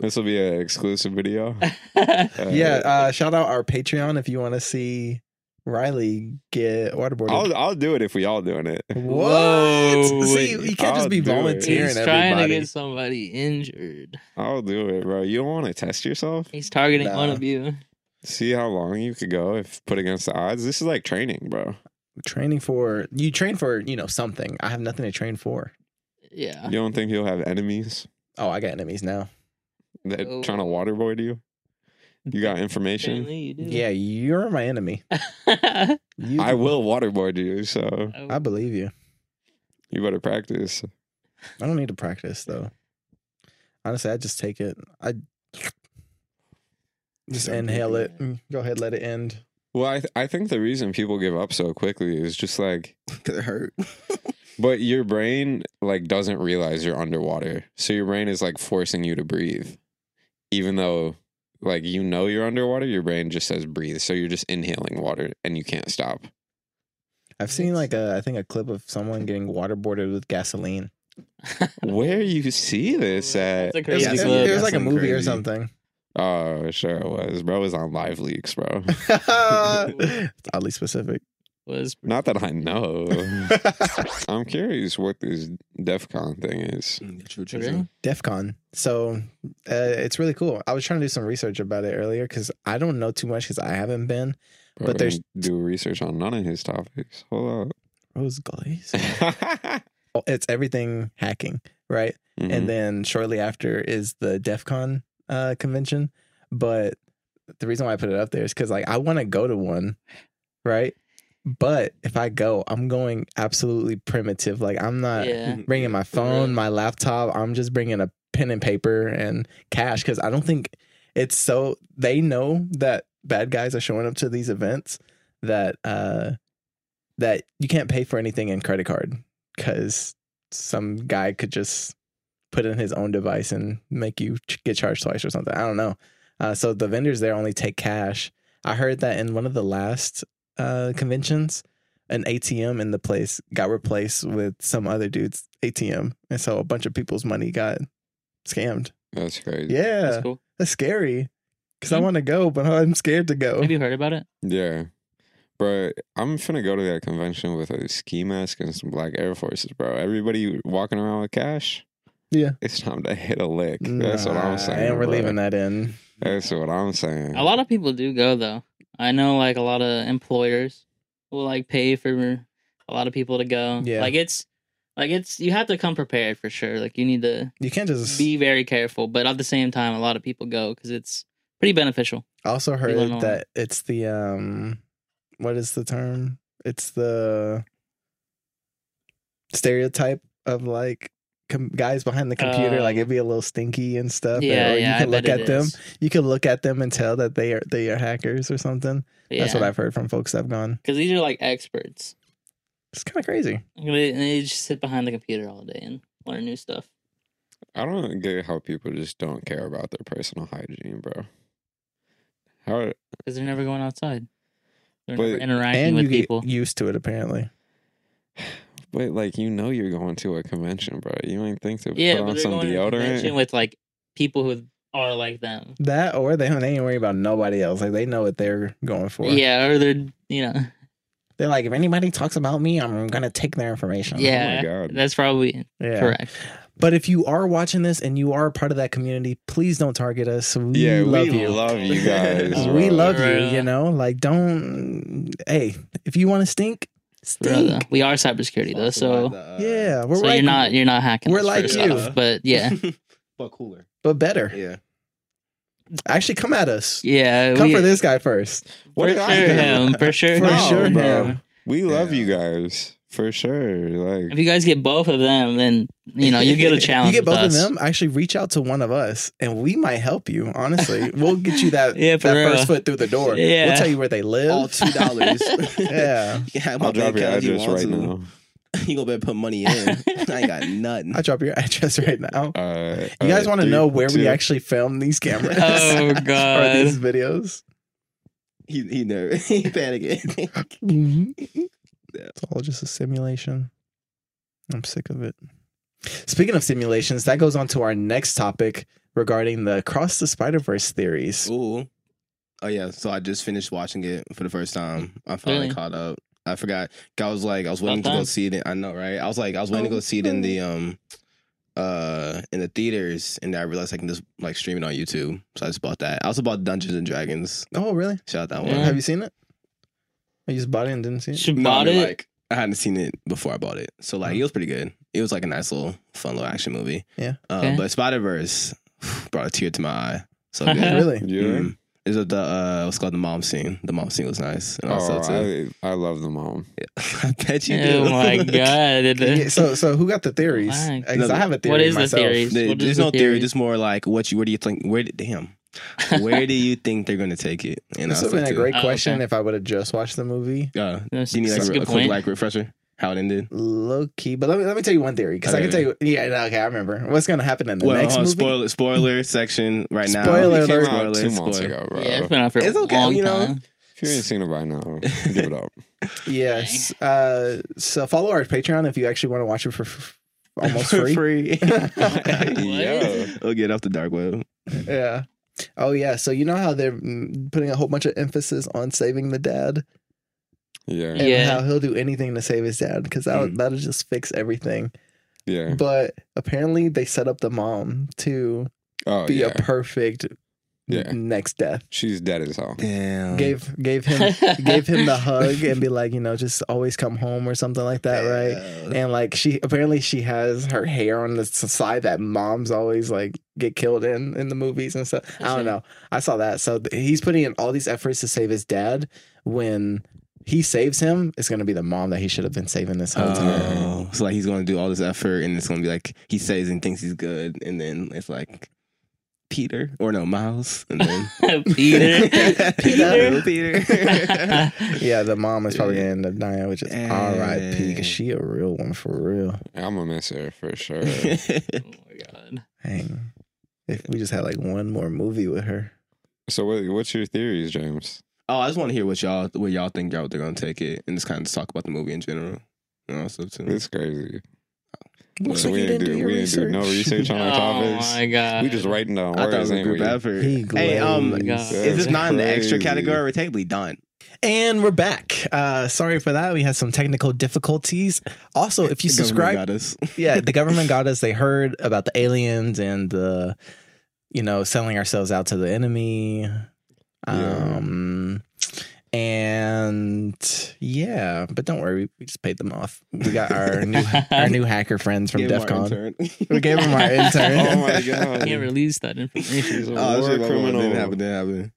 Speaker 4: This will be an exclusive
Speaker 5: [laughs]
Speaker 4: video. Uh,
Speaker 5: yeah, uh, shout out our Patreon if you want to see Riley get waterboarded.
Speaker 4: I'll I'll do it if we all doing it.
Speaker 5: what?
Speaker 1: Whoa.
Speaker 5: See, you can't
Speaker 4: I'll
Speaker 5: just be
Speaker 4: do it.
Speaker 5: volunteering
Speaker 1: [laughs] He's trying
Speaker 5: everybody.
Speaker 1: to get somebody injured.
Speaker 4: I'll do it, bro. You don't want to test yourself?
Speaker 1: He's targeting one
Speaker 5: Nah.
Speaker 1: of you.
Speaker 4: See how long you could go if put against the odds. This is like training, bro.
Speaker 5: Training for you train for you know something. I have nothing to train for.
Speaker 1: Yeah.
Speaker 5: Uh.
Speaker 4: You don't think you'll have enemies
Speaker 5: Oh, I got enemies now.
Speaker 4: that
Speaker 1: Oh.
Speaker 4: trying to waterboard you? You got information?
Speaker 1: Apparently you do. [laughs]
Speaker 5: Yeah, you're my enemy. You,
Speaker 4: I will waterboard you, so
Speaker 5: I believe you.
Speaker 4: you better practice.
Speaker 5: I don't need to practice though. Honestly, I just take it. I just
Speaker 3: Don't
Speaker 5: inhale
Speaker 3: do
Speaker 5: it. Mm, Go ahead, let it end.
Speaker 4: Well, I th- I think the reason people give up so quickly is just like,
Speaker 3: Because it hurt.
Speaker 4: but your brain like doesn't realize you're underwater, so your brain is like forcing you to breathe, even though like you know you're underwater. Your brain just says breathe, so you're just inhaling water and you can't stop.
Speaker 5: I've seen like a I think a clip of someone getting waterboarded with gasoline.
Speaker 4: Where
Speaker 1: [laughs]
Speaker 4: you see this at?
Speaker 1: That's a
Speaker 5: It was,
Speaker 1: crazy
Speaker 3: Yeah,
Speaker 5: it
Speaker 1: clip.
Speaker 5: was like a
Speaker 3: Gasoline
Speaker 5: movie or
Speaker 3: crazy.
Speaker 5: something.
Speaker 4: Oh, sure it was. Bro it was on live leaks, bro.
Speaker 5: it's oddly specific.
Speaker 1: was
Speaker 4: Not that I know.
Speaker 1: [laughs]
Speaker 5: DEFCON.
Speaker 4: I'm curious what this DEF CON thing is.
Speaker 3: True, true,
Speaker 1: Really?
Speaker 3: true.
Speaker 5: So uh, it's really cool. I was trying to do some research about it earlier because I don't know too much because I haven't been.
Speaker 4: Bro,
Speaker 5: But
Speaker 4: I
Speaker 5: there's-
Speaker 4: didn't do research on none of his topics.
Speaker 5: [laughs]
Speaker 4: Hold
Speaker 5: Rose Glaze.
Speaker 4: [laughs] up.
Speaker 5: Oh, it's everything hacking, right?
Speaker 4: Mm-hmm.
Speaker 5: and then shortly after is the DEF CON uh, convention. But the reason why I put it up there is because like I want to go to one, right? But if I go, I'm going absolutely primitive. Like I'm not
Speaker 1: yeah.
Speaker 5: bringing my phone,
Speaker 1: Really?
Speaker 5: my laptop. I'm just bringing a pen and paper and cash because I don't think it's so. They know that bad guys are showing up to these events that uh that you can't pay for anything in credit card because some guy could just put in his own device and make you ch- get charged twice or something. I don't know. Uh, so the vendors there only take cash. I heard that in one of the last uh, conventions, an ATM in the place got replaced with some other dude's ATM, and so a bunch of people's money got scammed.
Speaker 4: That's crazy.
Speaker 5: Yeah,
Speaker 1: That's
Speaker 5: that's,
Speaker 1: cool.
Speaker 5: scary. Because I
Speaker 1: Mhm.
Speaker 5: want to go, but [laughs] I'm scared to go.
Speaker 1: Have you heard about it?
Speaker 4: Yeah. Bro, I'm finna go to that convention with a ski mask and some black Air Forces, bro. Everybody walking around with cash.
Speaker 5: Yeah.
Speaker 4: It's time to hit a lick. That's what
Speaker 5: Nah,
Speaker 4: I'm saying.
Speaker 5: And we're
Speaker 4: bro.
Speaker 5: leaving that in.
Speaker 4: That's what I'm saying.
Speaker 1: A lot of people do go though. I know like a lot of employers will like pay for a lot of people to go.
Speaker 5: Yeah.
Speaker 1: Like it's like it's you have to come prepared for sure. Like you need to
Speaker 5: You can't just.
Speaker 1: be very careful, but at the same time a lot of people go cuz it's pretty beneficial.
Speaker 5: I also
Speaker 1: Elon
Speaker 5: heard
Speaker 1: Musk.
Speaker 5: that it's the um, what is the term? It's the stereotype of like com- guys behind the computer.
Speaker 1: Oh.
Speaker 5: like it'd be a little stinky and stuff.
Speaker 1: yeah,
Speaker 5: or
Speaker 1: yeah,
Speaker 5: you
Speaker 1: I
Speaker 5: can look
Speaker 1: bet it
Speaker 5: at them.
Speaker 1: is.
Speaker 5: You can look at them and tell that they are they are hackers or something. That's what I've heard from folks that have gone.
Speaker 1: Cuz these are like experts.
Speaker 5: It's kind of crazy.
Speaker 1: They, they just sit behind the computer all day and learn new stuff.
Speaker 4: I don't get how people just don't care about their personal hygiene, bro. How
Speaker 1: Because they're never going outside. They're
Speaker 4: But-
Speaker 1: never interacting
Speaker 5: And you
Speaker 1: with
Speaker 5: get
Speaker 1: people.
Speaker 5: used to it apparently.
Speaker 4: but like you know you're going to a convention, bro. You ain't think to
Speaker 1: yeah,
Speaker 4: put
Speaker 1: but
Speaker 4: on
Speaker 1: they're
Speaker 4: some
Speaker 1: going to a convention
Speaker 4: deodorant.
Speaker 1: with like people who are like them.
Speaker 5: That or they they ain't worry about nobody else. Like they know what they're going for.
Speaker 1: Yeah, or they're you know
Speaker 5: They're like, if anybody talks about me, I'm gonna take their information.
Speaker 1: yeah.
Speaker 4: Oh God.
Speaker 1: That's probably
Speaker 5: Yeah.
Speaker 1: correct.
Speaker 5: But if you are watching this and you are part of that community, please don't target us. We
Speaker 4: yeah,
Speaker 5: love
Speaker 4: we
Speaker 5: you.
Speaker 4: love
Speaker 5: [laughs]
Speaker 4: you guys.
Speaker 1: Uh,
Speaker 5: we
Speaker 4: bro.
Speaker 5: love
Speaker 1: Bruh.
Speaker 5: you, you know? Like don't hey, if you want to stink, stink.
Speaker 1: Brother. We are cybersecurity though, so
Speaker 3: uh,
Speaker 5: Yeah, we're
Speaker 1: so
Speaker 5: like
Speaker 1: you're not you're not hacking.
Speaker 5: we're
Speaker 1: us
Speaker 5: like
Speaker 1: first
Speaker 5: you.
Speaker 1: off,
Speaker 5: [laughs]
Speaker 1: but
Speaker 3: [laughs]
Speaker 1: yeah,
Speaker 3: but cooler.
Speaker 5: but better.
Speaker 3: Yeah.
Speaker 5: Actually come at us.
Speaker 1: yeah.
Speaker 5: Come
Speaker 1: we-
Speaker 5: for this guy first.
Speaker 4: What
Speaker 1: for
Speaker 4: did I
Speaker 1: sure
Speaker 4: do?
Speaker 1: him. For sure,
Speaker 5: [laughs] For
Speaker 1: him.
Speaker 5: sure
Speaker 4: bro.
Speaker 5: him.
Speaker 4: We love
Speaker 3: Yeah.
Speaker 4: you guys for sure. Like
Speaker 1: If you guys get both of them, then you know you get a challenge.
Speaker 5: [laughs] you get
Speaker 1: with
Speaker 5: both
Speaker 1: us.
Speaker 5: of them. Actually, reach out to one of us, and we might help you. Honestly, we'll get you
Speaker 1: [laughs]
Speaker 5: that
Speaker 1: Yeah, for
Speaker 5: that
Speaker 1: real.
Speaker 5: first foot through the door.
Speaker 1: Yeah.
Speaker 5: we'll tell you where they
Speaker 3: All
Speaker 5: live.
Speaker 3: two dollars.
Speaker 5: [laughs] yeah,
Speaker 3: [laughs] yeah,
Speaker 4: I'll drop your address right now.
Speaker 3: [laughs] You gonna better put money in. I ain't got nothing.
Speaker 5: I drop your [laughs] address right now.
Speaker 4: Uh,
Speaker 5: You guys want to know where
Speaker 4: actually?
Speaker 5: we actually filmed these cameras?
Speaker 1: Oh
Speaker 5: [laughs] or
Speaker 1: god.
Speaker 5: these videos?
Speaker 3: He he nervous. [laughs] he panicking.
Speaker 5: It's all just a simulation. I'm sick of it. Speaking of simulations, that goes on to our next topic regarding the Cross the Spider Verse theories.
Speaker 3: Ooh. Oh yeah. So I just finished watching it for the first time. I finally
Speaker 1: Really?
Speaker 3: caught up. I forgot. I was like, I was waiting
Speaker 1: About
Speaker 3: to go
Speaker 1: time.
Speaker 3: see it. In, I know, right? I was like, I was waiting to
Speaker 5: Oh,
Speaker 3: go see it in the um, uh, in the theaters, and I realized I can just like stream it on YouTube. So I just bought that. I also bought Dungeons and Dragons.
Speaker 5: Oh, really?
Speaker 3: Shout out that
Speaker 1: Yeah.
Speaker 3: one.
Speaker 5: Have you seen it? I just bought it and didn't see it.
Speaker 1: [laughs] She
Speaker 3: [laughs] No,
Speaker 1: bought
Speaker 3: I mean,
Speaker 1: it. Mm.
Speaker 3: Like I hadn't seen it before I bought it, so like
Speaker 5: Mhm.
Speaker 3: it was pretty good. It was like a nice little fun little action movie.
Speaker 5: Yeah.
Speaker 3: Uh,
Speaker 1: Okay.
Speaker 3: But Spider Verse [sighs] brought a tear to my eye.
Speaker 1: [laughs]
Speaker 3: So good.
Speaker 5: Really?
Speaker 4: Yeah.
Speaker 3: Mm. Is it the uh, what's called the mom scene? The mom scene was nice, and also too,
Speaker 4: Oh, I, I love the mom.
Speaker 3: [laughs] I, bet you do.
Speaker 1: Oh
Speaker 3: [laughs]
Speaker 5: [laughs]
Speaker 1: my god.
Speaker 5: Yeah, so so who got the theories?
Speaker 1: Fine.
Speaker 5: Because I have a theory.
Speaker 1: What is the
Speaker 5: myself.
Speaker 1: theories?
Speaker 3: There-
Speaker 1: What is
Speaker 3: there's
Speaker 1: the
Speaker 3: no theory.
Speaker 1: theory?
Speaker 3: Just more like what you. Where do you think? Where did damn?
Speaker 1: [laughs]
Speaker 3: Where do you think they're gonna take it? And I
Speaker 5: This would have been a great
Speaker 1: Oh,
Speaker 5: question
Speaker 1: okay.
Speaker 5: if I would have just watched the movie.
Speaker 3: Uh,
Speaker 1: That's,
Speaker 3: do you need like,
Speaker 1: that's
Speaker 3: a,
Speaker 1: a good
Speaker 3: quick
Speaker 1: point.
Speaker 3: like refresher? How it ended?
Speaker 5: Low key, but let me let me tell you one theory because I can
Speaker 3: Okay.
Speaker 5: tell you. Yeah, no, okay, I remember what's going to happen in the
Speaker 3: well,
Speaker 5: next
Speaker 3: hold on,
Speaker 5: movie.
Speaker 3: spoiler spoiler section right now.
Speaker 5: Spoiler
Speaker 3: [laughs]
Speaker 4: It came
Speaker 5: alert.
Speaker 4: out two
Speaker 3: Spoiler,
Speaker 4: months
Speaker 3: spoiler.
Speaker 4: ago, bro.
Speaker 1: Yeah, it's been out for
Speaker 3: It's
Speaker 1: a
Speaker 3: okay,
Speaker 1: long
Speaker 3: you know. [laughs]
Speaker 1: time. [laughs]
Speaker 4: If you ain't seen it by now, give it up.
Speaker 5: Yes. Uh, so follow our Patreon if you actually want to watch it for f- [laughs]
Speaker 3: [laughs]
Speaker 1: [laughs]
Speaker 5: almost
Speaker 3: For
Speaker 5: free.
Speaker 3: free.
Speaker 4: Yeah.
Speaker 3: We'll get off the dark web.
Speaker 5: yeah. Oh yeah. So you know how they're mm, putting a whole bunch of emphasis on saving the dad
Speaker 4: Yeah.
Speaker 5: and
Speaker 1: Yeah.
Speaker 5: how he'll do anything to save his dad because that will that'll just fix everything.
Speaker 4: Yeah.
Speaker 5: But apparently they set up the mom to
Speaker 4: Oh,
Speaker 5: be
Speaker 4: yeah.
Speaker 5: a perfect
Speaker 4: Yeah. Mm.
Speaker 5: next death.
Speaker 4: She's dead as
Speaker 5: [laughs]
Speaker 4: hell.
Speaker 3: Damn.
Speaker 5: Gave
Speaker 4: [laughs]
Speaker 5: gave him gave him the hug and be like, you know, just always come home or something like that, right? And like she apparently she has her hair on the s- side that moms always like get killed in in the movies and stuff.
Speaker 4: [laughs]
Speaker 5: I don't know. I saw that. So th- he's putting in all these efforts to save his dad when he saves him, it's gonna be the mom that he should have been saving this whole time.
Speaker 3: Oh, so like he's gonna do all this effort, and it's gonna be like he says and thinks he's good, and then it's like Peter or no Miles, and then [laughs]
Speaker 1: Peter.
Speaker 3: Oh
Speaker 1: Peter.
Speaker 3: Peter.
Speaker 5: Yeah, the mom is probably gonna end up dying, which is
Speaker 3: Eh.
Speaker 5: R.I.P. Cause she a real one for real.
Speaker 4: I'm gonna miss her for
Speaker 5: [laughs]
Speaker 4: sure.
Speaker 1: oh my god.
Speaker 5: Dang. If we just had like one more movie with her,
Speaker 4: so what, what's your theories, James?
Speaker 3: [laughs] oh, I just want to hear what y'all what y'all think y'all they're gonna take it, and just kind of talk about the movie in general. And also too.
Speaker 4: It's crazy.
Speaker 5: Looks
Speaker 4: So
Speaker 5: like you didn't do your
Speaker 4: we didn't do no
Speaker 5: research. [laughs]
Speaker 4: research on our
Speaker 1: [laughs] Oh
Speaker 4: topics.
Speaker 1: my god.
Speaker 4: We just writing down
Speaker 3: I thought it
Speaker 4: words,
Speaker 3: was a
Speaker 4: ain't
Speaker 3: group
Speaker 4: we?
Speaker 3: effort.
Speaker 5: He
Speaker 3: Hey, um,
Speaker 5: glazed.
Speaker 1: oh God.
Speaker 3: is this not in the extra
Speaker 4: Crazy.
Speaker 3: category? We're technically done.
Speaker 5: And we're back. Uh, sorry for that. We had some technical difficulties. Also, if you
Speaker 3: The government
Speaker 5: subscribe,
Speaker 3: got us. [laughs]
Speaker 5: yeah, the government got us. They heard about the aliens and the, you know, selling ourselves out to the enemy. Um, and yeah, but don't worry, we- we just paid them off. We
Speaker 3: [laughs]
Speaker 5: got our new our new hacker friends from
Speaker 3: Give
Speaker 5: DEF
Speaker 3: Martin a
Speaker 5: CON.
Speaker 3: turn. [laughs]
Speaker 5: We gave them our
Speaker 4: [laughs]
Speaker 5: intern.
Speaker 4: Oh my god!
Speaker 1: can't release that information.
Speaker 4: She's a
Speaker 3: Oh,
Speaker 4: war
Speaker 3: shit, my bad.
Speaker 4: criminal.
Speaker 3: Didn't happen. Didn't happen.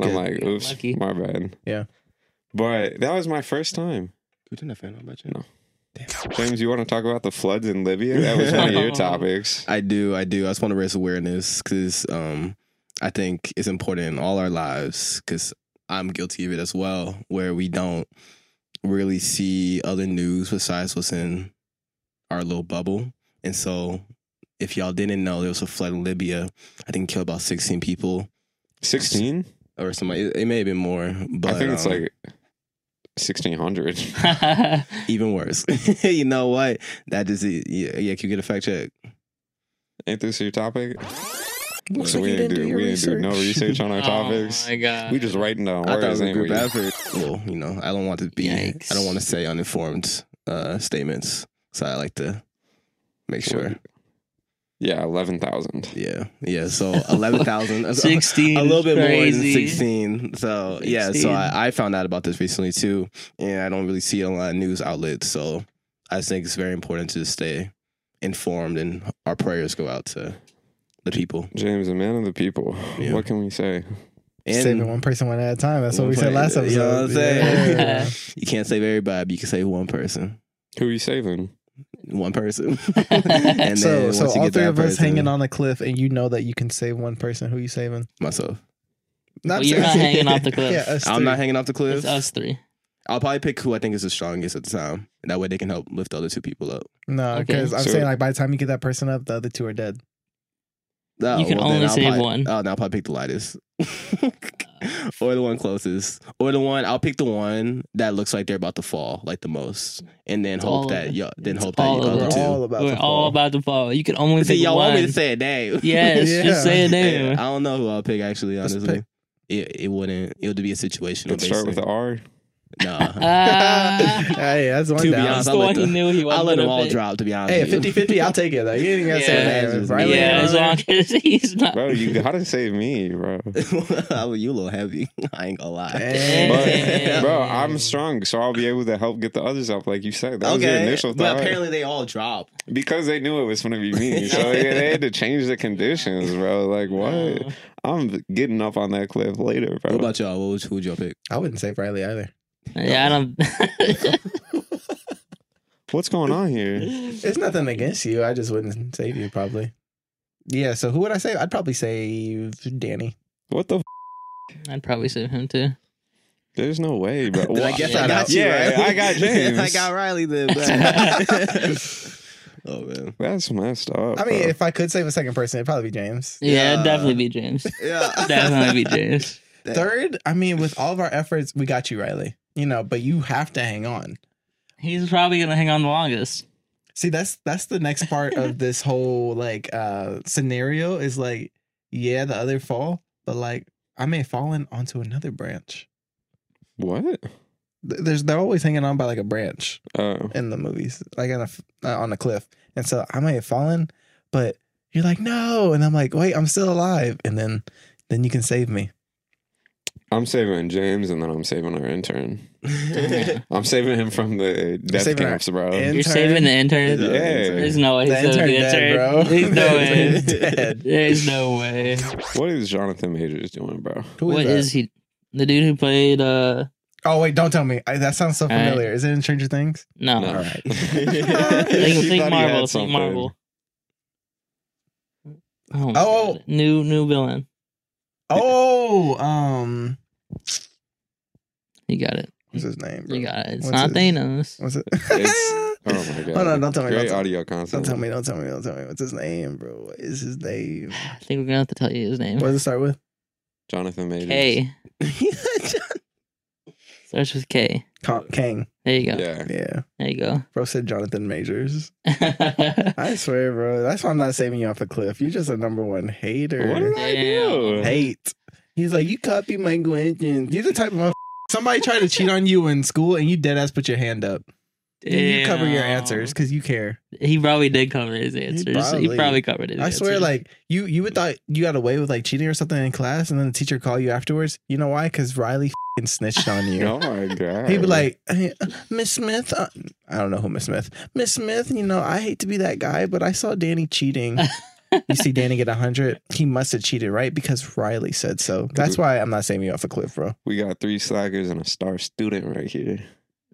Speaker 1: [laughs]
Speaker 4: I'm
Speaker 5: good.
Speaker 4: like, oops,
Speaker 3: [laughs]
Speaker 1: Lucky.
Speaker 4: my bad.
Speaker 5: Yeah.
Speaker 4: But that was my first time.
Speaker 3: You didn't have fan on by chance?
Speaker 4: No. James, you want to talk about the floods in Libya? That was one
Speaker 1: [laughs]
Speaker 4: of your topics.
Speaker 3: I do, I do. I just want to raise awareness because um, I think it's important in all our lives because I'm guilty of it as well, where we don't really see other news besides what's in our little bubble. And so, if y'all didn't know, there was a flood in Libya. I think it killed about 16 people
Speaker 4: 16?
Speaker 3: or somebody. It, it may have been more, but
Speaker 4: I think it's
Speaker 3: um,
Speaker 4: like
Speaker 1: [laughs]
Speaker 4: 1600.
Speaker 3: even worse. [laughs] you know what? That is, yeah, yeah, can you get a fact check?
Speaker 4: Ain't this your topic?
Speaker 5: Looks
Speaker 4: So
Speaker 5: like
Speaker 4: we didn't
Speaker 5: you didn't
Speaker 4: do,
Speaker 5: do your
Speaker 4: we didn't do no
Speaker 5: research.
Speaker 1: [laughs]
Speaker 4: research
Speaker 5: [laughs]
Speaker 4: on our topics.
Speaker 1: Oh my god.
Speaker 4: We just writing down
Speaker 3: I thought it
Speaker 4: words,
Speaker 3: was a
Speaker 4: ain't
Speaker 3: group
Speaker 4: we?
Speaker 3: effort. Well, you know, I don't want to be.
Speaker 1: Yikes.
Speaker 3: I don't want to say uninformed uh, statements, so I like to make sure.
Speaker 4: Yeah, eleven thousand.
Speaker 3: Yeah, yeah. So eleven [laughs] thousand, a
Speaker 1: sixteen.
Speaker 3: little bit more than
Speaker 1: crazy.
Speaker 3: sixteen. So yeah, so
Speaker 1: 16.
Speaker 3: I, I found out about this recently too, and I don't really see it on a lot of news outlets. So I just think it's very important to stay informed, and our prayers go out to the people.
Speaker 4: James, a man of the people.
Speaker 3: Yeah.
Speaker 4: What can we say?
Speaker 3: And
Speaker 5: Saving one person one at a time. That's what
Speaker 3: one
Speaker 5: we said
Speaker 3: play-
Speaker 5: last episode.
Speaker 3: You know what I'm saying?
Speaker 5: Yeah.
Speaker 3: you can't save everybody, but you can save one person.
Speaker 4: Who are you saving?
Speaker 1: [laughs]
Speaker 3: one person. [laughs]
Speaker 5: so,
Speaker 3: once you
Speaker 5: so all
Speaker 3: get
Speaker 5: three
Speaker 3: that
Speaker 5: of us
Speaker 3: person,
Speaker 5: hanging on a cliff, and you know that you can save one person. Who you saving?
Speaker 3: myself.
Speaker 1: Well, you're not hanging off
Speaker 5: [laughs]
Speaker 1: the cliff.
Speaker 5: us
Speaker 3: I'm
Speaker 5: three.
Speaker 3: not hanging off the cliff.
Speaker 1: It's us three.
Speaker 3: I'll probably pick who I think is the strongest at the time. That way they can help lift the other two people up.
Speaker 5: No,
Speaker 1: Okay.
Speaker 5: because I'm
Speaker 4: So-
Speaker 5: saying like by the time you get that person up, the other two are dead.
Speaker 3: No,
Speaker 1: You can
Speaker 3: Oh, then
Speaker 1: only
Speaker 3: I'll
Speaker 1: save
Speaker 3: probably-
Speaker 1: one.
Speaker 3: Oh, now I'll probably pick the lightest. [laughs] or the one closest. Or the one I'll pick the one that looks like they're about to fall like the most. And then
Speaker 1: It's all
Speaker 3: hope that
Speaker 1: over.
Speaker 3: yo, then
Speaker 1: It's
Speaker 3: hope that you
Speaker 1: all over.
Speaker 3: other
Speaker 5: We're all
Speaker 3: two.
Speaker 5: about
Speaker 1: We're all
Speaker 5: to fall.
Speaker 1: about to fall. You can only
Speaker 3: See,
Speaker 1: pick
Speaker 3: y'all
Speaker 1: one.
Speaker 3: want me to say a
Speaker 1: [laughs]
Speaker 3: name. [laughs]
Speaker 1: Yes,
Speaker 5: Yeah.
Speaker 1: just say a
Speaker 3: Yeah,
Speaker 1: name.
Speaker 3: I don't know who I'll pick actually,
Speaker 5: Let's
Speaker 3: honestly.
Speaker 5: pick-
Speaker 3: It, it wouldn't it would be a situational
Speaker 4: Let's start with the
Speaker 3: basis.
Speaker 4: R.
Speaker 3: Nah.
Speaker 1: [laughs]
Speaker 3: [laughs]
Speaker 1: Ah.
Speaker 5: [laughs] hey, that's one
Speaker 3: To be
Speaker 5: down.
Speaker 3: honest,
Speaker 1: That's
Speaker 3: I'll
Speaker 1: the
Speaker 3: let
Speaker 1: one
Speaker 3: the-
Speaker 1: who knew he
Speaker 3: I'll
Speaker 1: wasn't
Speaker 3: let them
Speaker 1: gonna
Speaker 3: all
Speaker 1: pick.
Speaker 3: drop to be honest.
Speaker 5: Hey,
Speaker 3: with you.
Speaker 5: 50 50, I'll take it. Like, you ain't gotta say
Speaker 1: Yeah.
Speaker 5: that.
Speaker 3: Right
Speaker 1: yeah,
Speaker 3: now.
Speaker 1: as long [laughs] as he's not.
Speaker 4: Bro,
Speaker 3: [laughs]
Speaker 4: you gotta save me, bro.
Speaker 3: [laughs] Well, you a little heavy. [laughs] I ain't gonna lie.
Speaker 1: Damn.
Speaker 3: [laughs]
Speaker 4: But, bro, I'm strong, so I'll be able to help get the others up, like you said. That was your initial
Speaker 3: but
Speaker 4: thought.
Speaker 3: apparently they all dropped.
Speaker 4: because they knew it was going to
Speaker 3: [laughs]
Speaker 4: be me. So yeah, they had to change the conditions, bro. Like,
Speaker 1: Oh.
Speaker 3: Oh.
Speaker 4: what? I'm getting up on that cliff later, bro.
Speaker 3: What about y'all? What would, who would y'all pick?
Speaker 5: I wouldn't save Riley either.
Speaker 1: Yeah, I don't.
Speaker 4: What's going on here?
Speaker 5: It's nothing against you. I just wouldn't save you, probably. Yeah, so who would I save? I'd probably save Danny.
Speaker 4: What the? F-
Speaker 1: [laughs] I'd probably save him too.
Speaker 4: There's no way, bro.
Speaker 3: Then I
Speaker 4: Why-
Speaker 3: guess
Speaker 1: Yeah,
Speaker 3: [laughs] I got you.
Speaker 4: yeah,
Speaker 3: right?
Speaker 4: I got James.
Speaker 3: I got Riley then. [laughs] but- oh man.
Speaker 4: That's messed up.
Speaker 5: I mean,
Speaker 4: bro.
Speaker 5: if I could save a second person, it'd probably be James.
Speaker 1: Yeah,
Speaker 3: Yeah.
Speaker 1: it'd definitely be James.
Speaker 3: Yeah. [laughs]
Speaker 1: Definitely be James.
Speaker 5: Third, I mean, with all of our efforts, we got you, Riley. You know, but you have to hang on.
Speaker 1: He's probably gonna hang on the [laughs] longest.
Speaker 5: See, that's that's the next part of this whole like uh scenario is like, yeah, the other fall, but like I may have fallen onto another branch.
Speaker 4: what?
Speaker 5: Th- There's they're always hanging on by like a branch
Speaker 4: Oh,
Speaker 5: in the movies, like on a f- uh, on a cliff, and so I may have fallen, but you're like no, and I'm like wait, I'm still alive, and then then you can save me.
Speaker 4: I'm saving James, and then I'm saving our intern.
Speaker 1: Yeah.
Speaker 4: I'm saving him from the death
Speaker 5: saving our
Speaker 4: camps, bro.
Speaker 5: in-
Speaker 1: You're
Speaker 5: Intern.
Speaker 1: saving the intern.
Speaker 4: Yeah.
Speaker 1: There's no way he's
Speaker 5: The
Speaker 1: saving
Speaker 5: intern
Speaker 1: the intern. There's
Speaker 5: dead, [laughs] bro.
Speaker 1: no way.
Speaker 5: The intern dead.
Speaker 1: There's no way.
Speaker 5: [laughs]
Speaker 4: What is Jonathan Majors doing, bro?
Speaker 5: Who
Speaker 1: What is he? The dude who played uh
Speaker 5: Oh wait, don't tell me. I, that sounds so
Speaker 1: right.
Speaker 5: familiar. Is it in Stranger Things?
Speaker 1: No.
Speaker 4: No.
Speaker 3: [laughs]
Speaker 5: All right.
Speaker 1: Think,
Speaker 4: She
Speaker 1: think
Speaker 4: thought he had
Speaker 1: Marvel. Think
Speaker 4: something.
Speaker 1: Marvel. Oh, my
Speaker 5: Oh.
Speaker 1: God. new new villain.
Speaker 5: Oh, um,
Speaker 1: You got it.
Speaker 5: what's his name? bro?
Speaker 1: You got it. It's
Speaker 5: What's
Speaker 1: not
Speaker 5: his-
Speaker 1: Thanos. [sighs]
Speaker 5: What's it? [laughs]
Speaker 4: It's- Oh my god!
Speaker 5: Hold on, don't tell me, don't
Speaker 4: Great
Speaker 5: tell me.
Speaker 4: audio concept.
Speaker 5: Don't tell me, don't tell me, don't tell me. What's his name, bro? What is his name?
Speaker 1: I think we're gonna have to tell you his
Speaker 5: What
Speaker 1: name.
Speaker 5: does it start with?
Speaker 4: Jonathan Majors.
Speaker 1: K starts with K.
Speaker 5: Con- Kang.
Speaker 1: There you go.
Speaker 4: Yeah.
Speaker 5: Yeah.
Speaker 1: There you
Speaker 5: [laughs]
Speaker 1: go.
Speaker 5: Bro said Jonathan Majors. I swear, bro. That's why I'm not saving you off the cliff. You're just a number one hater.
Speaker 4: What did I do?
Speaker 5: Hate. He's like, you copy my questions. You're the type of motherf- somebody tried to cheat on you in school and you dead ass put your hand up. You cover your
Speaker 1: Damn.
Speaker 5: answers because you care.
Speaker 1: He probably did cover his answers. He probably,
Speaker 5: probably-
Speaker 1: covered his.
Speaker 5: I swear,
Speaker 1: answers.
Speaker 5: like you, you would thought you got away with like cheating or something in class, and then the teacher called you afterwards. You know why? Because Riley fing snitched
Speaker 4: [laughs]
Speaker 5: on you.
Speaker 4: Oh
Speaker 5: [laughs]
Speaker 4: my god.
Speaker 5: He'd be like, "Hey, uh, Miss Smith, uh, I don't know who Miss Smith. Miss Smith, you know, I hate to be that guy, but I saw
Speaker 4: [laughs]
Speaker 5: Danny cheating. you see Danny get 100. He must have cheated, right? Because Riley said so. That's why I'm not saving you off a cliff, bro.
Speaker 4: we got three slackers and a star student right here.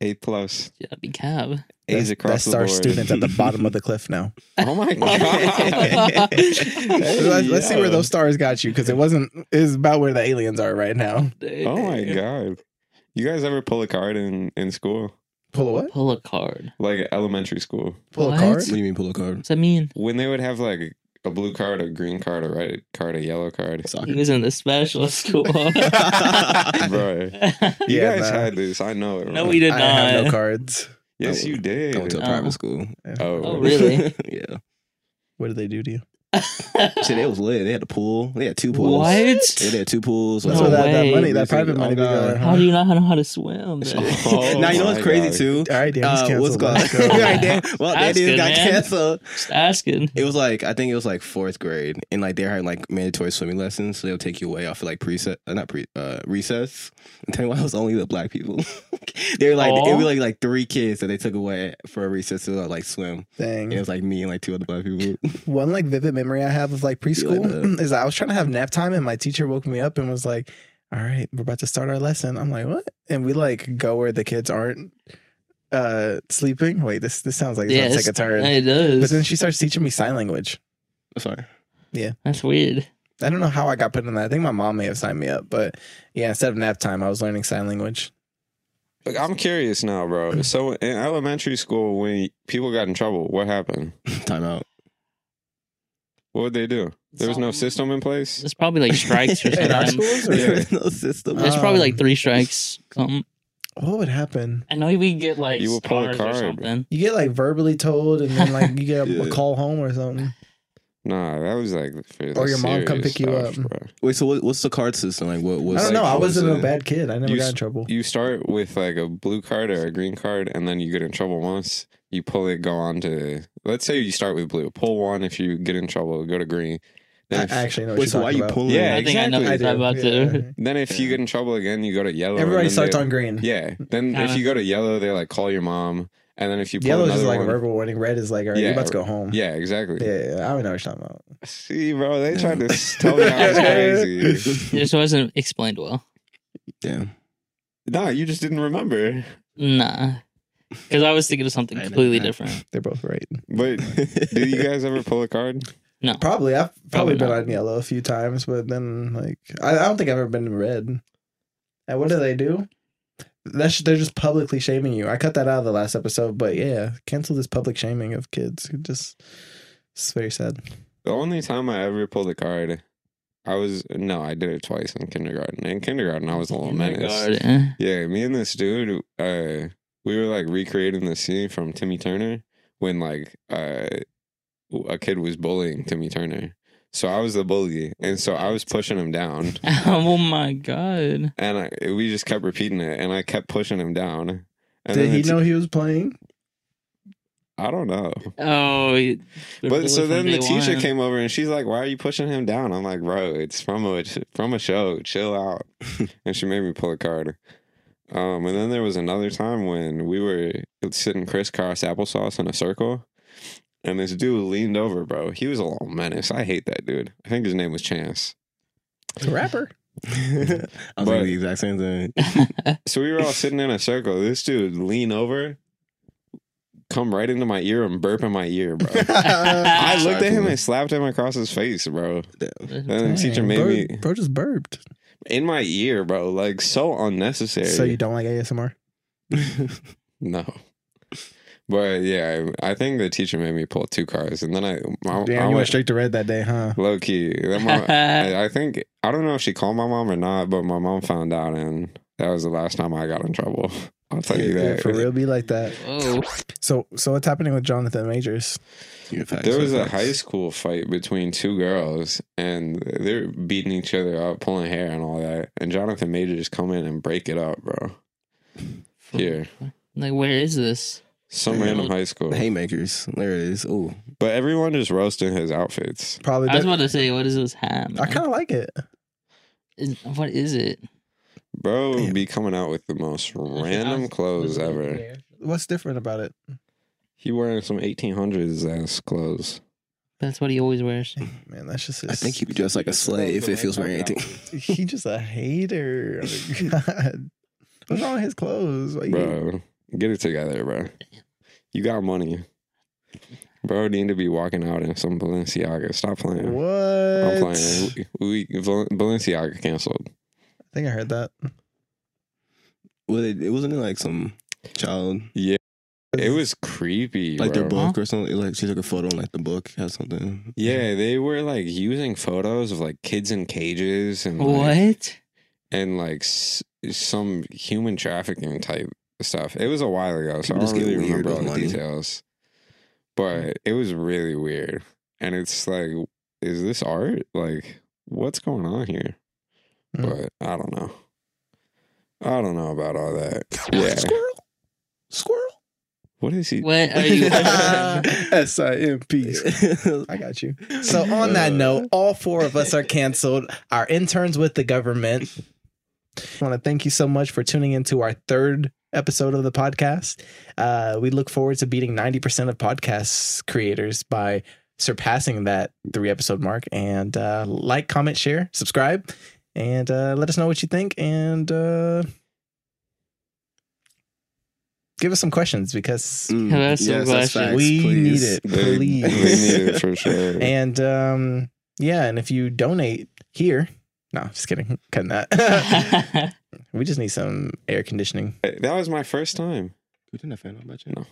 Speaker 4: A plus.
Speaker 1: That'd be
Speaker 5: [laughs]
Speaker 1: cab.
Speaker 4: A's
Speaker 5: That's-
Speaker 4: across
Speaker 5: that's
Speaker 4: the
Speaker 5: our
Speaker 4: board.
Speaker 5: student at the bottom of the cliff now.
Speaker 4: [laughs] Oh
Speaker 5: [laughs]
Speaker 4: my god.
Speaker 1: [laughs] Hey,
Speaker 5: let's, let's see
Speaker 4: yo.
Speaker 5: where those stars got you because it wasn't, it's about where the aliens are right now.
Speaker 4: Oh my god. You guys ever pull a card in in school?
Speaker 5: Pull a what?
Speaker 1: [laughs] Pull a card.
Speaker 4: Like elementary school.
Speaker 5: Pull
Speaker 1: What?
Speaker 5: a card?
Speaker 3: What do you mean pull a card?
Speaker 1: What's that mean?
Speaker 4: When they would have like a blue card, a green card, a red card, a yellow card.
Speaker 1: He
Speaker 3: Soccer.
Speaker 1: was in the
Speaker 5: [laughs]
Speaker 1: special school.
Speaker 4: Bro. You
Speaker 5: Yeah,
Speaker 4: guys
Speaker 5: nah.
Speaker 4: had this. I know it.
Speaker 1: no,
Speaker 4: bro.
Speaker 1: we did
Speaker 5: I
Speaker 1: not.
Speaker 5: have no cards.
Speaker 4: Yes, you did.
Speaker 3: Going to a
Speaker 1: Oh.
Speaker 3: private school.
Speaker 4: Oh,
Speaker 1: Oh, really?
Speaker 3: [laughs] yeah.
Speaker 5: What did they do to you?
Speaker 1: [laughs]
Speaker 3: Shit, it was lit. They had a pool. They had two pools.
Speaker 1: what?
Speaker 3: Yeah, they had two pools.
Speaker 1: No
Speaker 5: That's where that, that
Speaker 1: way.
Speaker 5: money, that private
Speaker 3: Oh,
Speaker 5: money, be
Speaker 3: God.
Speaker 5: going, huh?
Speaker 1: How do you not know how to
Speaker 5: [laughs]
Speaker 1: swim? bro?
Speaker 3: [laughs]
Speaker 4: Oh
Speaker 3: now you know what's
Speaker 4: my
Speaker 3: crazy
Speaker 4: God.
Speaker 3: too.
Speaker 5: All right, Dan,
Speaker 3: Uh,
Speaker 5: uh,
Speaker 3: what's called?
Speaker 5: Let's go.
Speaker 3: [laughs] Right, Dan- well, that
Speaker 1: That's
Speaker 3: dude
Speaker 1: good,
Speaker 3: got
Speaker 1: man.
Speaker 3: canceled.
Speaker 1: [laughs] Just asking.
Speaker 3: It was like I think it was like fourth grade, and like they're having like mandatory swimming lessons, so they'll take you away off for like preset, uh, not pre, uh, recess. And tell me why it was only the black people. [laughs] they were like it
Speaker 1: Aw.
Speaker 3: was like like three kids that they took away for a recess to like swim.
Speaker 5: [laughs] Dang.
Speaker 3: And it was like me and like two other black people. [laughs]
Speaker 5: One like vivid memory I have of like preschool
Speaker 3: that.
Speaker 5: [laughs] is I was trying to have nap time and my teacher woke me up and was like, "All right, we're about to start our lesson." I'm like, "What?" And we like go where the kids aren't uh sleeping. Wait, this this sounds like it's
Speaker 1: Yeah,
Speaker 5: gonna
Speaker 1: it's-
Speaker 5: take a turn.
Speaker 1: It
Speaker 5: But then
Speaker 1: does.
Speaker 5: she starts teaching me sign language.
Speaker 3: Sorry.
Speaker 1: That's weird.
Speaker 5: I don't know how I got put in that. I think my mom may have signed me up, but yeah, instead of nap time, I was learning sign language.
Speaker 4: Look, I'm curious now, bro. So in elementary school, when people got in trouble, what happened?
Speaker 3: Time out.
Speaker 4: What would they do? There was no system in place.
Speaker 1: It's probably like
Speaker 3: [laughs]
Speaker 1: strikes or
Speaker 5: [laughs] In our
Speaker 1: something.
Speaker 5: schools, or-
Speaker 4: Yeah.
Speaker 3: There's [laughs] no system.
Speaker 1: It's
Speaker 5: Uh,
Speaker 1: probably
Speaker 5: Um,
Speaker 1: like three strikes. Um,
Speaker 5: what would happen?
Speaker 1: I know we get like
Speaker 4: You
Speaker 1: you
Speaker 4: will pull a
Speaker 1: or
Speaker 4: card.
Speaker 1: something.
Speaker 5: You get like verbally told, and then like
Speaker 4: [laughs]
Speaker 5: you get a,
Speaker 3: Yeah.
Speaker 5: a call home or something.
Speaker 4: Nah, that was like for
Speaker 5: Or your mom come
Speaker 4: serious
Speaker 5: pick you
Speaker 4: stuff,
Speaker 5: up.
Speaker 4: bro.
Speaker 3: Wait, so what, what's the card system like? What was?
Speaker 5: I don't
Speaker 4: like-
Speaker 5: know. I
Speaker 3: what was
Speaker 5: wasn't a
Speaker 3: it?
Speaker 5: bad kid. I never
Speaker 4: You
Speaker 5: got
Speaker 4: s-
Speaker 5: in trouble.
Speaker 4: You start with like a blue card or a green card, and then you get in trouble once. You pull it, go on to let's say you start with blue. Pull one if you get in trouble, go to green.
Speaker 5: I
Speaker 4: Then if,
Speaker 5: actually know. What
Speaker 3: Wait,
Speaker 5: you're
Speaker 3: so why are
Speaker 5: talking
Speaker 3: you
Speaker 5: about.
Speaker 3: pulling?
Speaker 4: Yeah,
Speaker 1: I
Speaker 3: [laughs]
Speaker 1: think I know
Speaker 4: exactly.
Speaker 1: what you're about to.
Speaker 4: then if you get in trouble again, you go to yellow. Oh, and
Speaker 5: Everybody
Speaker 4: then
Speaker 5: starts
Speaker 4: they-
Speaker 5: on green.
Speaker 4: Yeah. Then if
Speaker 1: Kinda.
Speaker 4: you go to yellow, they like call your mom, and then if you pull
Speaker 5: Yellow is just
Speaker 4: another
Speaker 5: like
Speaker 4: one,
Speaker 5: a verbal warning. Red is like, all right, you're
Speaker 4: Yeah,
Speaker 5: about to go home.
Speaker 4: yeah, exactly.
Speaker 5: Yeah, yeah, yeah. I don't know what you're talking about.
Speaker 4: See, bro, they tried to
Speaker 5: [laughs]
Speaker 4: s- [laughs] tell me I was crazy.
Speaker 1: It
Speaker 4: [laughs]
Speaker 1: just wasn't explained well.
Speaker 3: Damn.
Speaker 4: No, you just didn't remember.
Speaker 1: Nah, because I was thinking of
Speaker 5: [laughs]
Speaker 1: something
Speaker 3: I know
Speaker 1: completely
Speaker 3: that.
Speaker 1: different.
Speaker 5: They're both right.
Speaker 4: But do
Speaker 3: [laughs]
Speaker 4: you guys ever pull a card? [laughs]
Speaker 5: Probably. I've
Speaker 1: Probably
Speaker 5: probably, been
Speaker 1: not.
Speaker 5: on yellow a few times, but then like I, I don't think I've ever been in red. And what do they do? That's they're just publicly shaming you. I cut that out of the last episode, but yeah, cancel this public shaming of kids who just it's very sad.
Speaker 4: The only time I ever pulled a card, I was no, I did it twice in kindergarten. In kindergarten, I was a
Speaker 1: Oh
Speaker 4: little menace.
Speaker 1: Kindergarten.
Speaker 4: Yeah, me and this dude, uh, we were like recreating the scene from Timmy Turner when like uh, a kid was bullying Timmy Turner. So I was the bully, and so I was pushing him down.
Speaker 1: [laughs] oh my god!
Speaker 4: and I, we just kept repeating it, and I kept pushing him down. And
Speaker 5: Did
Speaker 4: then
Speaker 5: he
Speaker 4: it's-
Speaker 5: know he was playing?
Speaker 4: I don't know.
Speaker 1: Oh, you-
Speaker 4: But so
Speaker 1: from
Speaker 4: then the
Speaker 1: day [laughs]
Speaker 4: teacher
Speaker 1: one.
Speaker 4: came over and she's like, "Why are you pushing him down?" I'm like, "Bro, it's from a from a show. Chill out." [laughs] and she made me pull a card. Um, and then there was another time when we were sitting crisscross applesauce in a circle, and this dude leaned over, bro. He was a little menace. I hate that dude. I think his name was Chance.
Speaker 5: [laughs] It's a rapper.
Speaker 3: I was
Speaker 4: But-
Speaker 3: thinking the exact same thing.
Speaker 4: So we were
Speaker 1: [laughs]
Speaker 4: all sitting in a circle. This dude lean over, come right into my ear and burp in my ear, bro. I looked at him and slapped him across his face, bro. And the teacher made
Speaker 5: bro,
Speaker 4: me
Speaker 5: bro just burped.
Speaker 4: in my ear, bro. Like so unnecessary.
Speaker 5: So you don't like ASMR?
Speaker 4: [laughs] no. But yeah, I, I think the teacher made me pull two cars, and then I, I, I
Speaker 5: Damn, you went
Speaker 4: went [laughs]
Speaker 5: straight to red that day, huh?
Speaker 4: low key.
Speaker 1: [laughs]
Speaker 4: Then [laughs] my-
Speaker 5: [laughs]
Speaker 4: I, I think I don't know if she called my mom or not, but my mom found out, and that was the last time I got in trouble. [laughs] I'll tell you
Speaker 5: Yeah,
Speaker 4: that.
Speaker 5: for real, be like that.
Speaker 1: Whoa.
Speaker 5: So, so what's happening with Jonathan Majors?
Speaker 4: There was a high school fight between two girls, and they're beating each other up, pulling hair, and all that. And Jonathan Major just come in and break it up,
Speaker 5: [laughs]
Speaker 4: bro. Here,
Speaker 1: Like, where is this?
Speaker 4: some
Speaker 3: Yeah.
Speaker 4: random high school,
Speaker 3: Haymakers. There it is. Ooh.
Speaker 4: but everyone just roasting his outfits.
Speaker 5: Probably.
Speaker 1: I was
Speaker 5: that-
Speaker 1: about to say, what is this hat?
Speaker 5: I
Speaker 1: man?
Speaker 5: kind of like it.
Speaker 1: Is- what is it?
Speaker 4: Bro
Speaker 3: Damn.
Speaker 4: be coming out with the most random clothes ever.
Speaker 5: What's different about it?
Speaker 4: He wearing some 1800s ass clothes.
Speaker 1: That's what he always wears.
Speaker 5: Man, that's just.
Speaker 3: I
Speaker 5: his-
Speaker 3: think he'd be dressed like a slave if he was wearing anything.
Speaker 5: [laughs] he just
Speaker 4: [laughs]
Speaker 5: a hater. Oh God, what's wrong with his clothes? Like,
Speaker 4: Bro, get it together, bro. You got money. Bro need to be walking out in some Balenciaga. Stop playing.
Speaker 5: What?
Speaker 4: I'm
Speaker 5: i
Speaker 4: playing. We, we Val- Balenciaga canceled.
Speaker 5: think I heard that.
Speaker 3: Well, it, it wasn't it like some child,
Speaker 4: Yeah, it was creepy.
Speaker 3: like their
Speaker 4: bro.
Speaker 3: book or something. Like she took a photo and like the book has something.
Speaker 4: Yeah, they were like using photos of like kids in cages and like,
Speaker 1: What?
Speaker 4: and like s- some human trafficking type stuff. It was a while ago, so
Speaker 3: People
Speaker 4: I
Speaker 3: just
Speaker 4: don't
Speaker 3: get
Speaker 4: really
Speaker 3: weird
Speaker 4: remember
Speaker 3: with
Speaker 4: all the
Speaker 3: money. Mm.
Speaker 4: details. But it was really weird, and it's like, is this art? Like, what's going on here?
Speaker 5: Mm.
Speaker 4: But I don't know. I don't know about all that. Yeah.
Speaker 5: Squirrel.
Speaker 4: [laughs]
Speaker 5: Squirrel.
Speaker 4: What is he?
Speaker 1: What are
Speaker 3: [laughs]
Speaker 4: [laughs]
Speaker 1: you?
Speaker 5: S I M P. I got you. [laughs] So on
Speaker 3: Uh,
Speaker 5: that note, all four of us are canceled. Our interns with the government. I want to thank you so much for tuning into our third episode of the podcast. Uh, we look forward to beating 90% of podcast creators by surpassing that three episode mark. And uh, like, comment, share, subscribe, and uh, let us know what you think. And uh, give us some questions because
Speaker 3: Mm,
Speaker 1: Hello, some
Speaker 3: that's
Speaker 1: questions.
Speaker 3: facts,
Speaker 5: we
Speaker 3: please.
Speaker 5: need it.
Speaker 4: They,
Speaker 5: Please.
Speaker 4: they need
Speaker 3: [laughs]
Speaker 4: it for sure.
Speaker 5: And um, yeah, and if you donate here, no, just kidding, [laughs] cutting that. [laughs]
Speaker 1: [laughs]
Speaker 5: we just need some air conditioning.
Speaker 4: that was my first time.
Speaker 3: We didn't have fan on by chance.
Speaker 4: No.